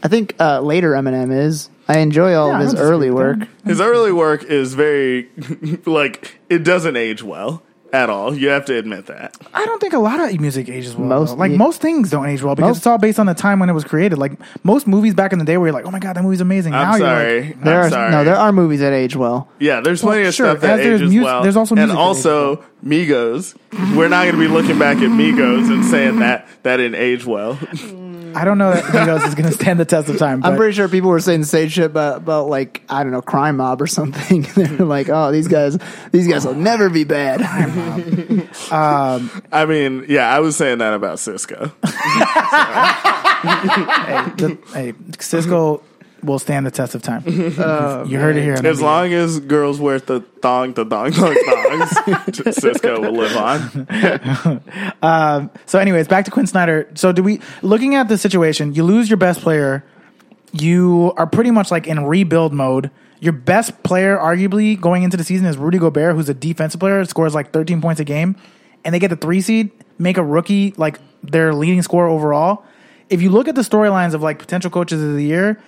S1: I think uh, later Eminem is. I enjoy all
S2: Yeah, I
S1: of his
S2: don't disagree
S1: early
S2: with
S1: work.
S2: that.
S3: His early work is very <laughs> like it doesn't age well at all. You have to admit that.
S2: I don't think a lot of music ages well.
S1: Most-
S2: though. like
S1: yeah.
S2: most things don't age well because
S1: Most-
S2: it's all based on the time when it was created. Like most movies back in the day, where you're like, "Oh my god, that movie's amazing." now
S3: I'm sorry.
S2: you're like,
S1: There
S3: I'm
S1: are
S3: sorry.
S1: no, there are movies that age well.
S3: yeah, there's plenty
S2: Well,
S3: of
S2: sure,
S3: stuff that
S2: as there's
S3: ages
S2: mus-
S3: well.
S2: there's also
S3: and
S2: music that
S3: also Migos. We're not going to be looking back at Migos and saying that that didn't age well.
S2: I don't know that Migos is going to stand the test of time. But
S1: I'm pretty sure people were saying the same shit about, about like I don't know, crime mob or something. <laughs> They're like, oh, these guys, these guys will never be
S2: <laughs>
S1: bad.
S3: I mean, yeah, I was saying that about Cisco.
S2: the, hey, Cisco will stand the test
S1: <laughs>
S2: of time.
S1: Um,
S2: you heard it here. on
S3: As
S2: NBA.
S3: long as girls wear the thong, the thong, thong,
S2: <laughs>
S3: thongs, <laughs> Cisco will live on.
S2: So, anyways, back to Quinn Snyder. So, do we looking at the situation? You lose your best player. You are pretty much like in rebuild mode. Your best player, arguably going into the season, is Rudy Gobert, who's a defensive player, scores like 13 points a game, and they get the three seed, make a rookie like their leading scorer overall. If you look at the storylines of like potential coaches of the year,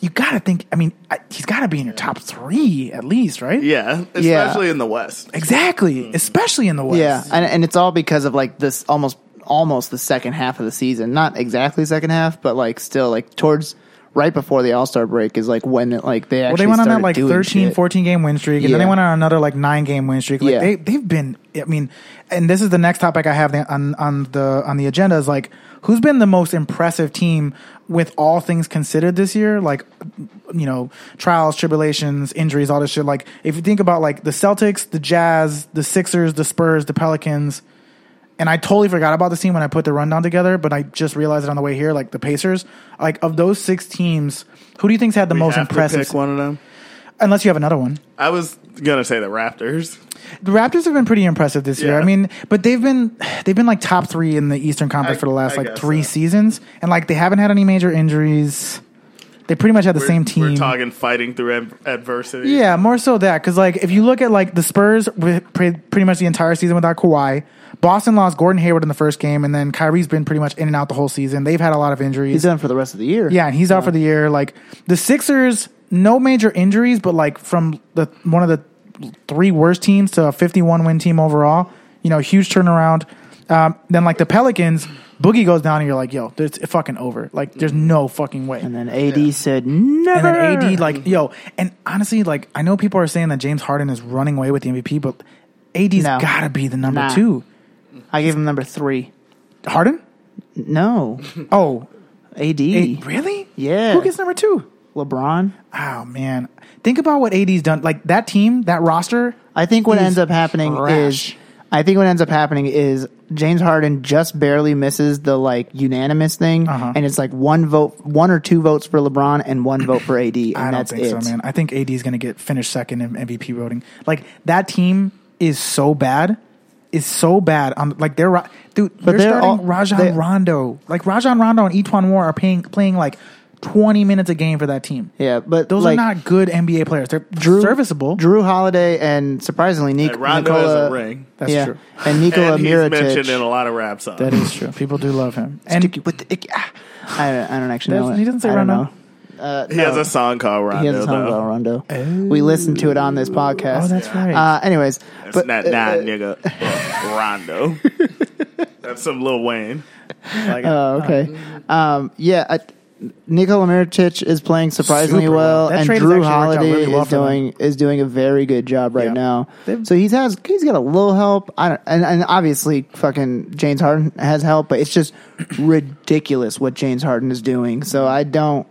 S2: you gotta think. I mean, I, he's gotta be in your top three at least, right?
S3: Yeah, especially in the West.
S2: Exactly, especially in the West.
S1: yeah, and, and it's all because of like this almost almost the second half of the season, not exactly second half, but like still like towards right before the All Star break is like when it, like they
S2: Well,
S1: actually
S2: they went on that
S1: started
S2: like
S1: doing
S2: 13,
S1: shit.
S2: 14 game win streak, and then
S1: Yeah.
S2: they went on another like nine game win streak. Like
S1: Yeah.
S2: they they've been. I mean, and this is the next topic I have on on the on the agenda is like who's been the most impressive team with all things considered this year? Like, you know, trials, tribulations, injuries, all this shit. Like, if you think about like the Celtics, the Jazz, the Sixers, the Spurs, the Pelicans. And I totally forgot about this team when I put the rundown together, but I just realized it on the way here. Like the Pacers, like of those six teams, who do you think's had the
S3: We
S2: most
S3: have to
S2: impressive?
S3: pick one of them.
S2: unless you have another one.
S3: I was gonna say the Raptors.
S2: The Raptors have been pretty impressive this year.
S3: Yeah.
S2: I mean, but they've been they've been like top three in the Eastern Conference
S3: I-
S2: for the last
S3: I
S2: like
S3: guess
S2: three
S3: so.
S2: seasons, and like they haven't had any major injuries. They pretty much had the
S3: We're-
S2: same team.
S3: We're talking fighting through ad- adversity.
S2: Yeah, more so that because like if you look at like the Spurs, with pre- pretty much the entire season without Kawhi. Boston lost Gordon Hayward in the first game, and then Kyrie's been pretty much in and out the whole season. They've had a lot of injuries.
S1: He's done for the rest of the year.
S2: Yeah, and he's out for the year. Like the Sixers, no major injuries, but like from the one of the three worst teams to a 51 win team overall. You know, huge turnaround. Um, then like the Pelicans, Boogie goes down, and you're like, yo, it's fucking over. Like there's no fucking way.
S1: and then AD said never.
S2: And then AD, like, yo, and honestly, like, I know people are saying that James Harden is running away with the MVP, but AD's
S1: No.
S2: gotta be the number
S1: Nah.
S2: two.
S1: I gave him number three.
S2: Harden?
S1: No,
S2: Oh,
S1: AD,
S2: A- really?
S1: E. Yeah.
S2: Who gets number two?
S1: LeBron.
S2: Oh man, think about what AD's done. Like that team, that roster.
S1: I think what
S2: He's
S1: ends up happening
S2: trash.
S1: is I think what ends up happening is James Harden just barely misses the like unanimous thing,
S2: Uh-huh.
S1: and it's like one vote, one or two votes for LeBron and one vote for AD, and
S2: <clears throat> I don't
S1: that's
S2: think
S1: it.
S2: so, man. I think AD is going to get finished second in MVP voting. Like that team is so bad, is so bad. Um, like they're ro- dude, but
S1: they're
S2: they're, starting
S1: all-
S2: Rajon
S1: they-
S2: Rondo. Like Rajon Rondo and Etwan Moore are paying, playing like twenty minutes a game for that team.
S1: Yeah, but
S2: Those
S1: like,
S2: are not good NBA players. They're serviceable.
S1: Drew Holiday and surprisingly Nic-
S3: Like, Rondo
S1: Nikola.
S3: has a ring.
S2: That's
S1: yeah,
S2: true.
S1: and Nikola
S3: and he's mentioned
S1: Mirotic.
S3: in a lot of rap songs.
S2: That is true. People do love him. And
S1: Stick you with the ick- ah. I don't, I don't actually know.
S2: That's-
S1: it.
S2: he doesn't say
S1: I don't
S2: Rondo.
S1: know. Uh,
S3: he has a song called Rondo.
S1: He has a song
S3: though.
S1: about Rondo. We listened to it on this podcast.
S2: Oh, that's
S1: <laughs>
S2: right.
S1: Uh, anyways,
S3: It's
S1: but
S3: not
S1: uh,
S3: that nigga Rondo. That's some Lil Wayne.
S2: Like,
S1: Oh, okay. Um, yeah, I, Nikola Mirotic is playing surprisingly
S2: Super well.
S1: well,
S2: That
S1: and
S2: trade has
S1: Drew
S2: actually worked out
S1: Holiday
S2: really well
S1: is
S2: for them.
S1: doing is doing a very good job right
S2: Yeah.
S1: now.
S2: They've-
S1: so he's has he's got a little help. I don't, and, and obviously fucking James Harden has help, but it's just ridiculous what James Harden is doing. So I don't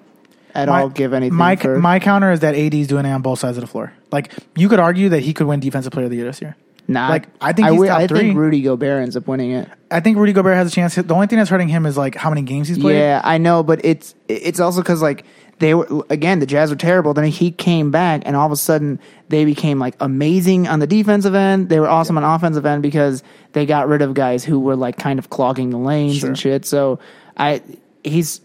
S1: at all give anything
S2: My,
S1: for
S2: my counter is that AD is doing it on both sides of the floor. Like you could argue that he could win Defensive Player of the Year this year.
S1: nah.
S2: like, I think he's
S1: wi-
S2: top
S1: I
S2: three.
S1: think Rudy Gobert ends up winning it.
S2: I think Rudy Gobert has a chance. The only thing that's hurting him is like how many games he's played.
S1: Yeah, I know, but it's it's also because like they were again the Jazz were terrible. Then he came back, and all of a sudden they became like amazing on the defensive end. They were awesome on offensive end because they got rid of guys who were like kind of clogging the lanes and shit. So I he's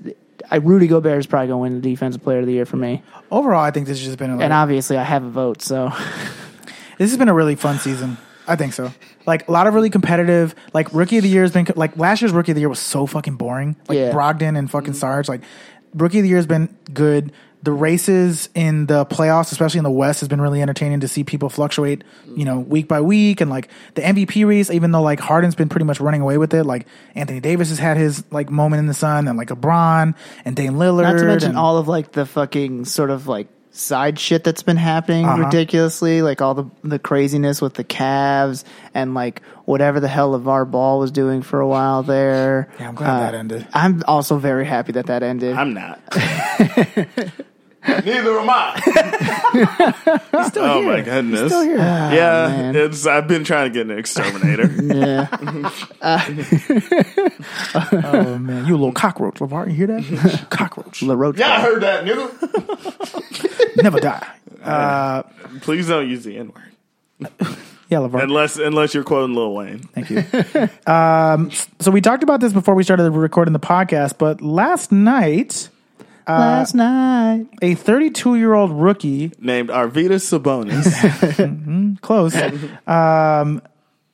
S1: I Rudy Gobert is probably going to win the Defensive Player of the Year for me,
S2: Overall, I think this has just been a,
S1: and obviously I have a vote. So <laughs>
S2: this has been a really fun season. I think so. Like a lot of really competitive. Like rookie of the year has been like last year's rookie of the year was so fucking boring. Like
S1: Yeah. Mm-hmm.
S2: Brogdon and fucking Sarge. Like rookie of the year has been good. The races in the playoffs, especially in the West, has been really entertaining to see people fluctuate. You know,
S1: Mm-hmm.
S2: week by week, and like the MVP race, even though like Harden's been pretty much running away with it. Like Anthony Davis has had his like moment in the sun, and like LeBron and Dame Lillard.
S1: not to mention
S2: and-
S1: all of like the fucking sort of like side shit that's been happening
S2: Uh-huh.
S1: ridiculously like all the the craziness with the Cavs and like whatever the hell LeVar Ball was doing for a while there. Uh,
S2: Yeah, I'm glad that ended.
S1: I'm also very happy that that ended. <laughs>
S3: I'm not. Neither am I. oh my goodness.
S2: Still here.
S3: Yeah,
S1: Oh, man.
S3: it's. I've been trying to get an exterminator.
S1: <laughs> yeah.
S2: Oh man, you little cockroach, LeVar. You
S1: <laughs>
S2: hear that? cockroach.
S1: La Roche.
S3: yeah, I heard that, nigga.
S2: Never die.
S3: Please don't use the N word
S2: Yeah, LeVar.
S3: unless unless you're quoting Lil Wayne.
S2: Thank you. um, so we talked about this before we started recording the podcast, but last night,
S1: Last night.
S2: a 32 year old rookie,
S3: Named Arvidas
S1: <laughs>
S3: Sabonis.
S2: close, um,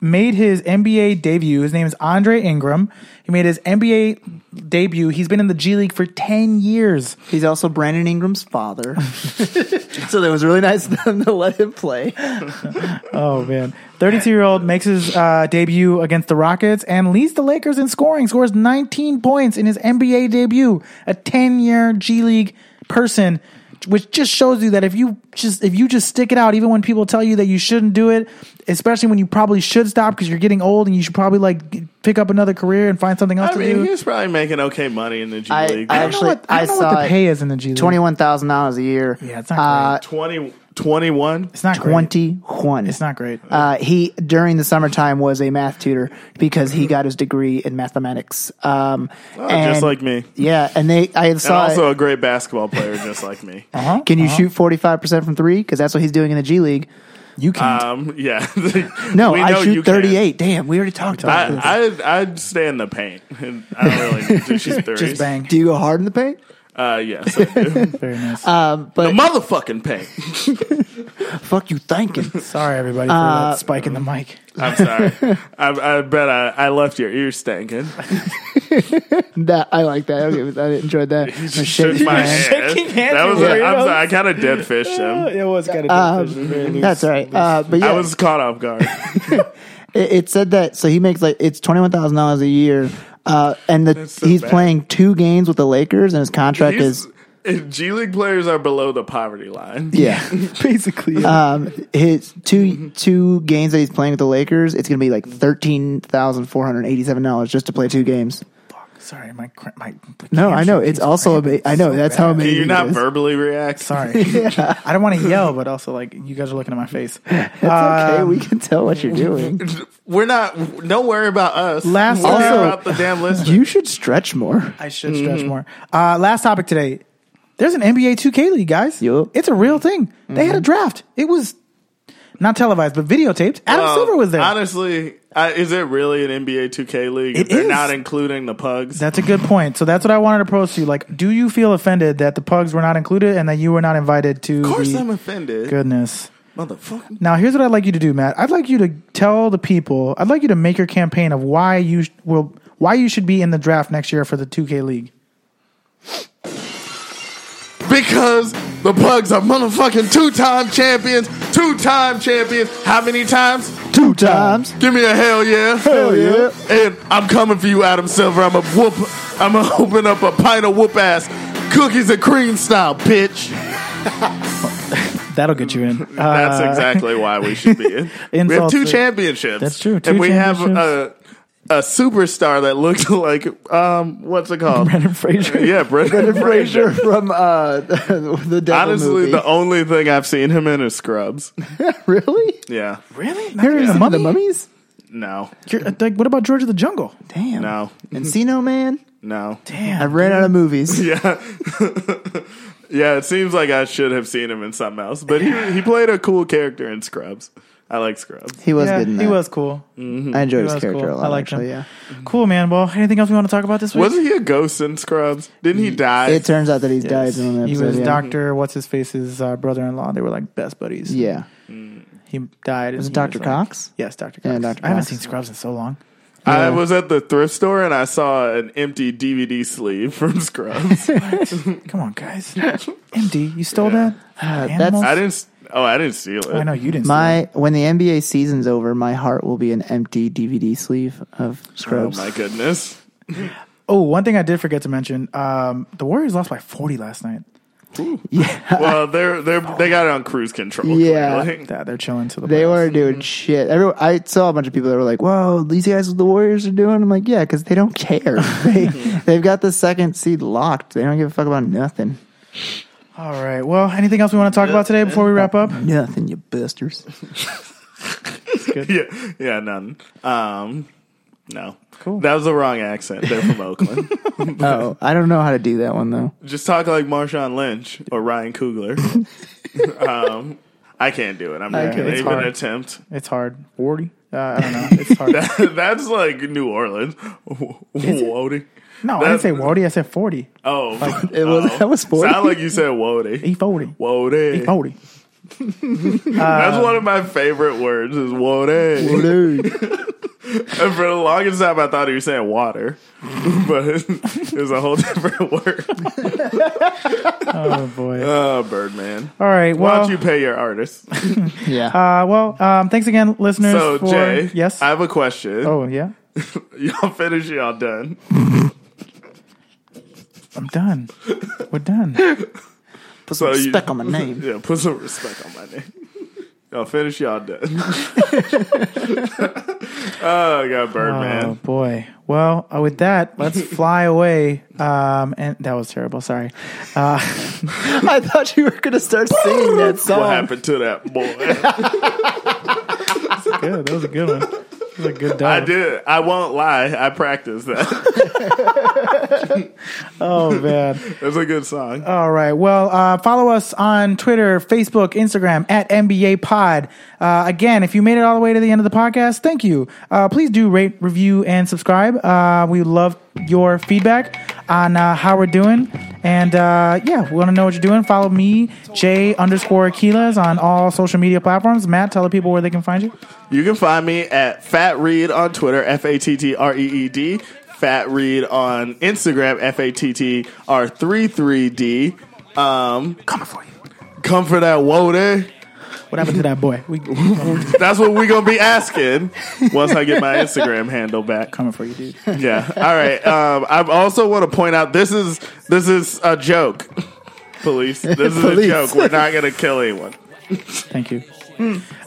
S2: made his NBA debut. His name is Andre Ingram. He made his NBA debut. He's been in the G League for 10 years.
S1: He's also Brandon Ingram's
S2: <laughs>
S1: father. so that was really nice <laughs> of them to let him play.
S2: <laughs> Oh, man. 32 year old makes his uh, debut against the Rockets and leads the Lakers in scoring, scores 19 points in his NBA debut, a 10 year G League person. Which just shows you that if you just if you just stick it out, even when people tell you that you shouldn't do it, especially when you probably should stop because you're getting old and you should probably like g- pick up another career and find something else
S3: I
S2: to
S3: mean,
S2: do.
S3: he's probably making okay money in the G
S1: I-
S3: League.
S1: I
S2: I don't
S1: actually-
S2: know what, I don't know what
S1: saw
S2: the
S1: it.
S2: pay is in the G League.
S1: $21,000 a year. Uh,
S2: Yeah, it's not
S3: Twenty twenty one.
S2: it's not great.
S1: 21.
S2: It's not great.
S1: Uh, he during the summertime was a math tutor because he got his degree in mathematics. Um, and-
S3: Ah, just like me.
S1: Yeah, and they I
S3: And
S1: saw.
S3: also a great basketball player just
S1: <laughs>
S3: like me.
S2: Uh-huh.
S1: it. Can you shoot forty five percent from three? Because that's what he's doing in the G League.
S2: You can't.
S3: Um, yeah. <laughs>
S1: No,
S3: We know
S1: I
S3: you
S1: shoot
S3: can.
S1: thirty eight. Damn, we already talked about this.
S3: I, I I'd stay in the paint. <laughs> And I don't really need
S1: <laughs>
S3: to shoot threes.
S2: just bang.
S1: Do you go hard in the paint?
S3: Uh,
S1: <laughs>
S3: yes, I do.
S2: Very nice.
S3: the motherfucking paint.
S1: Fuck you thinking?
S2: Sorry everybody for that spike in the mic.
S3: I'm sorry.
S1: <laughs>
S3: I, I bet I, I left your ear stinking.
S1: <laughs> that I like that. Okay, I enjoyed
S3: <laughs>
S1: that. Oh, <laughs>
S3: Shook my hand.
S2: Shaking hands
S3: That
S2: with
S3: was. A, I'm
S2: weirdos.
S3: sorry. I kind of dead fished him.
S2: <laughs> It was kind of
S1: Um, That's all right. Uh, but <laughs> yeah,
S3: I was caught
S1: <laughs>
S3: off guard.
S1: it, it said that so he makes like it's twenty one thousand dollars a year, uh, and the,
S3: so
S1: he's
S3: bad.
S1: playing two games with the Lakers, and his contract
S3: He's-
S1: is
S3: G League players are below the poverty line.
S1: yeah.
S2: <laughs> basically.
S1: <laughs> um, his two two games that he's playing with the Lakers, it's going to be like thirteen thousand four hundred eighty seven dollars just to play two games.
S2: sorry, my cr- my. my
S1: No, I know
S2: hamstring
S1: it's
S2: is
S1: also
S2: cramping
S1: ama- I know
S2: so
S1: that's
S2: bad.
S1: how
S3: Do
S1: amazing.
S3: you not
S1: it is.
S3: verbally react?
S1: <laughs>
S2: Sorry, <laughs> I don't want to yell, but also like you guys are looking at my face. Uh,
S1: That's okay. We can tell what you're doing.
S3: We're not. Don't worry about us.
S2: Last-
S3: worry
S1: Also-
S3: about the damn list.
S1: You should stretch more.
S2: I should stretch
S1: Mm.
S2: more. Uh, last topic today. There's an NBA 2K league, guys.
S1: Yup. Mm-hmm.
S2: It's a real thing. They had a draft. It was not televised, but videotaped. Adam
S3: Um,
S2: Silver was there.
S3: Honestly, I, is it really an NBA 2K league? if
S2: It
S3: they're
S2: is.
S3: not including the pugs.
S2: That's a good point. So that's what I wanted to pose to you. Like, do you feel offended that the pugs were not included and that you were not invited to?
S3: of course,
S2: the-
S3: I'm offended.
S2: goodness.
S3: Motherfucker.
S2: Now, here's what I'd like you to do, Matt. I'd like you to tell the people. I'd like you to make your campaign of why you sh- will why you should be in the draft next year for the 2K league.
S3: Because The Bugs are motherfucking two-time champions. Two-time champions. How many times?
S1: Two times.
S3: Give me a hell yeah. Hell yeah. And I'm coming for you, Adam Silver. I'm a whoop. I'm going to <laughs> open up a pint of whoop ass cookies and cream style, bitch.
S2: That'll get you in. <laughs> Uh,
S3: That's exactly why we should
S2: <laughs>
S3: be in. we have
S2: Insults
S3: two
S2: it.
S3: championships.
S2: That's true, two
S3: and we have a,
S2: championships.
S3: a superstar that looks <laughs> like, um, what's it called?
S2: Brendan <laughs> Fraser.
S3: <laughs> yeah, Brendan, Fraser.
S1: Fraser from uh, <laughs> the Devil
S3: Honestly,
S1: movie.
S3: the only thing I've seen him in is Scrubs.
S1: really?
S3: Yeah.
S2: Really?
S1: There is
S2: the
S1: the
S2: mummy.
S1: mummies.
S3: No.
S2: You're- uh, Like, what about George of the Jungle?
S1: Damn.
S3: No.
S1: Encino Man. I
S3: No.
S2: Damn.
S1: ran out of movies.
S3: Yeah. yeah, it seems like I should have seen him in something else, but he, he played a cool character in Scrubs. I like Scrubs.
S1: He was
S2: Yeah,
S1: good. In
S2: he
S1: that.
S2: was cool.
S1: I enjoyed
S2: He
S1: his
S2: was
S1: character
S2: cool.
S1: a
S2: I
S1: lot.
S2: liked
S1: actually,
S2: him.
S1: yeah.
S2: Cool, man. Well, anything else we want to talk about this week?
S3: Wasn't he a ghost in Scrubs? Didn't he die?
S1: It turns out that he's died in one
S2: he
S1: episode.
S2: was
S1: yeah.
S2: Doctor. What's his face's uh, brother-in-law? They were like best buddies.
S1: Yeah.
S2: he died.
S1: Was it Dr. Cox?
S2: yes, Doctor Cox.
S1: Yeah, Dr.
S2: I haven't
S1: Cox.
S2: seen Scrubs in so long.
S3: I was at the thrift store and I saw an empty DVD sleeve from Scrubs.
S2: Come on, guys.
S3: <laughs>
S2: MD, you stole
S3: Yeah.
S2: that?
S1: Uh,
S2: Uh,
S1: that's-
S2: Animals?
S3: I didn't. s- Oh, I didn't steal it.
S2: I know you didn't. steal
S1: My when the NBA season's over, my heart will be an empty DVD sleeve of
S3: Oh
S1: Scrubs.
S3: my goodness.
S2: it. Oh, one thing I did forget to mention: um, the Warriors lost by forty last
S3: <laughs>
S2: night.
S1: yeah, <laughs>
S3: Well, they're they're they got it on cruise control.
S1: Yeah.
S3: clearly.
S2: That they're chilling to the.
S1: they
S2: playoffs.
S1: were
S3: Mm-hmm.
S1: doing shit. Everyone, I saw a bunch of people that were like, "Whoa, these guys, what the Warriors are doing." I'm like, "Yeah, because they don't
S3: <laughs>
S1: care. They they've got the second seed locked. They don't give a fuck about nothing.
S2: All right. Well, anything else we want to talk about today before we wrap up?
S1: Nothing, you
S3: <laughs>
S1: bastards."
S3: <laughs> yeah, yeah, none. Um, no,
S2: Cool.
S3: That was the wrong accent. They're
S1: <laughs>
S3: from Oakland.
S1: oh, I don't know how to do that one though.
S3: Just talk like Marshawn Lynch or
S1: <laughs>
S3: Ryan Coogler. um, I can't do it. I'm not
S1: Okay,
S3: gonna
S2: it's
S3: even
S2: hard.
S3: attempt. <laughs>
S2: It's hard. Forty. Uh, I don't know. It's hard.
S3: That's like New
S1: <laughs>
S3: Orleans. Woody.
S2: no,
S3: that-
S2: I didn't say forty. I said forty.
S1: <laughs>
S3: Oh,
S1: It was
S3: oh.
S1: that was Oh, forty.
S3: Sound like you
S1: <laughs>
S3: said Woody.
S2: E forty.
S3: Woody. <laughs>
S2: Forty.
S1: um,
S3: That's one of my favorite words is Woody.
S1: Oh,
S3: <laughs>
S1: Dude,
S3: And for the longest time, I thought you were saying water, <laughs> but it was a whole <laughs> different word.
S2: Oh boy.
S3: Oh, Birdman.
S2: All right.
S3: Why
S2: Well.
S3: don't you pay
S2: <laughs>
S3: your artists?
S1: yeah.
S2: uh, well. Um, thanks again, listeners.
S3: So,
S2: for,
S3: Jay,
S2: Yes.
S3: I have a question.
S2: oh yeah.
S3: <laughs> Y'all finish, y'all done.
S2: I'm
S3: <laughs>
S2: done. We're done.
S1: Put some
S3: so you-
S1: respect on my
S3: <laughs>
S1: name.
S3: Yeah, put some respect on my name. Y'all finish, y'all done. <laughs> oh, I got Birdman.
S2: Oh boy. Well, uh, with that, <laughs> let's fly away. Um, and that was terrible. Sorry. Uh,
S1: I thought you were gonna start singing that song.
S3: what happened to that boy?
S2: good. That was a good one. That was a good
S3: I
S2: dive.
S3: did. I won't lie. I practiced that. <laughs>
S2: Oh man.
S3: That's a good song.
S2: All right. Well, uh, follow us on Twitter, Facebook, Instagram at NBA Pod. Uh, again, if you made it all the way to the end of the podcast, thank you. Uh, please do rate, review, and subscribe. Uh, we love your feedback on uh, how we're doing. And uh, yeah, we want to know what you're doing. Follow me, J underscore Aquilas, on all social media platforms. Matt, tell the people where they can find you.
S3: You can find me at Fat Reed on Twitter, F A T T R E E D. Fat Reed on Instagram, F A T T R 3 3 D. Um,
S2: Coming for you.
S3: come for that woe day.
S2: What happened to that boy? We
S3: That's what we gonna be asking once I get my Instagram handle back.
S2: coming for you, dude.
S3: Yeah. All right. Um, I also want to point out this is this is a joke. Police. This is
S1: Police.
S3: a joke. We're not gonna kill
S2: <laughs>
S3: anyone.
S2: Thank you.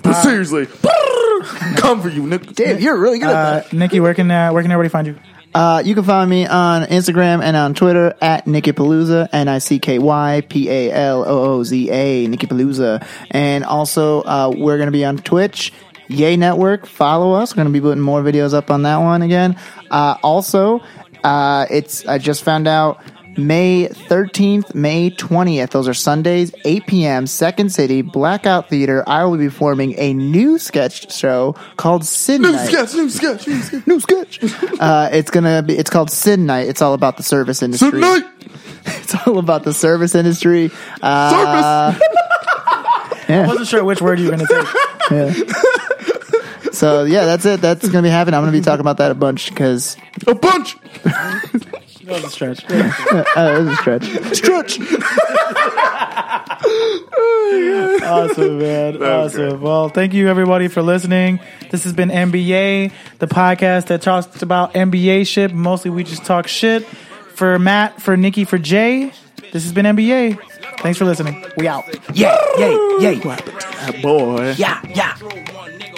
S3: But seriously, come for you, nigga.
S1: Damn, you're really good.
S2: Uh, Nikki, where can uh, where can everybody find you?
S1: Uh, you can find me on Instagram and on Twitter at Nickipalooza, N I C K Y P A L O O Z A, Nickipalooza. And also, uh, we're going to be on Twitch, Yay Network. Follow us. We're going to be putting more videos up on that one again. Uh, also, uh, it's, I just found out May 13th, May 20th. Those are Sundays, 8 p.m., Second City, Blackout Theater. I will be performing a new sketch show called Sin
S3: New
S1: Night
S3: sketch. New sketch. New sketch.
S1: new sketch. <laughs> uh, it's gonna be. It's called Sin Night. It's all about the service industry.
S3: Tonight.
S1: <laughs> It's all about the service industry. Uh,
S3: Surface.
S2: I wasn't sure which word you were going to take.
S1: so yeah, that's it. That's gonna be happening. I'm gonna be talking about that a bunch because
S3: a bunch.
S2: That was a stretch.
S1: that was a stretch.
S3: Stretch.
S2: awesome, man.
S3: was
S2: Awesome.
S3: great.
S2: Well, thank you everybody for listening. This has been NBA, the podcast that talks about NBA shit. Mostly we just talk shit. For Matt, for Nikki, for Jay, this has been NBA. Thanks for listening. We out.
S1: Yeah, yeah, yeah.
S3: Boy.
S1: Yeah, yeah.
S4: Throw one nigga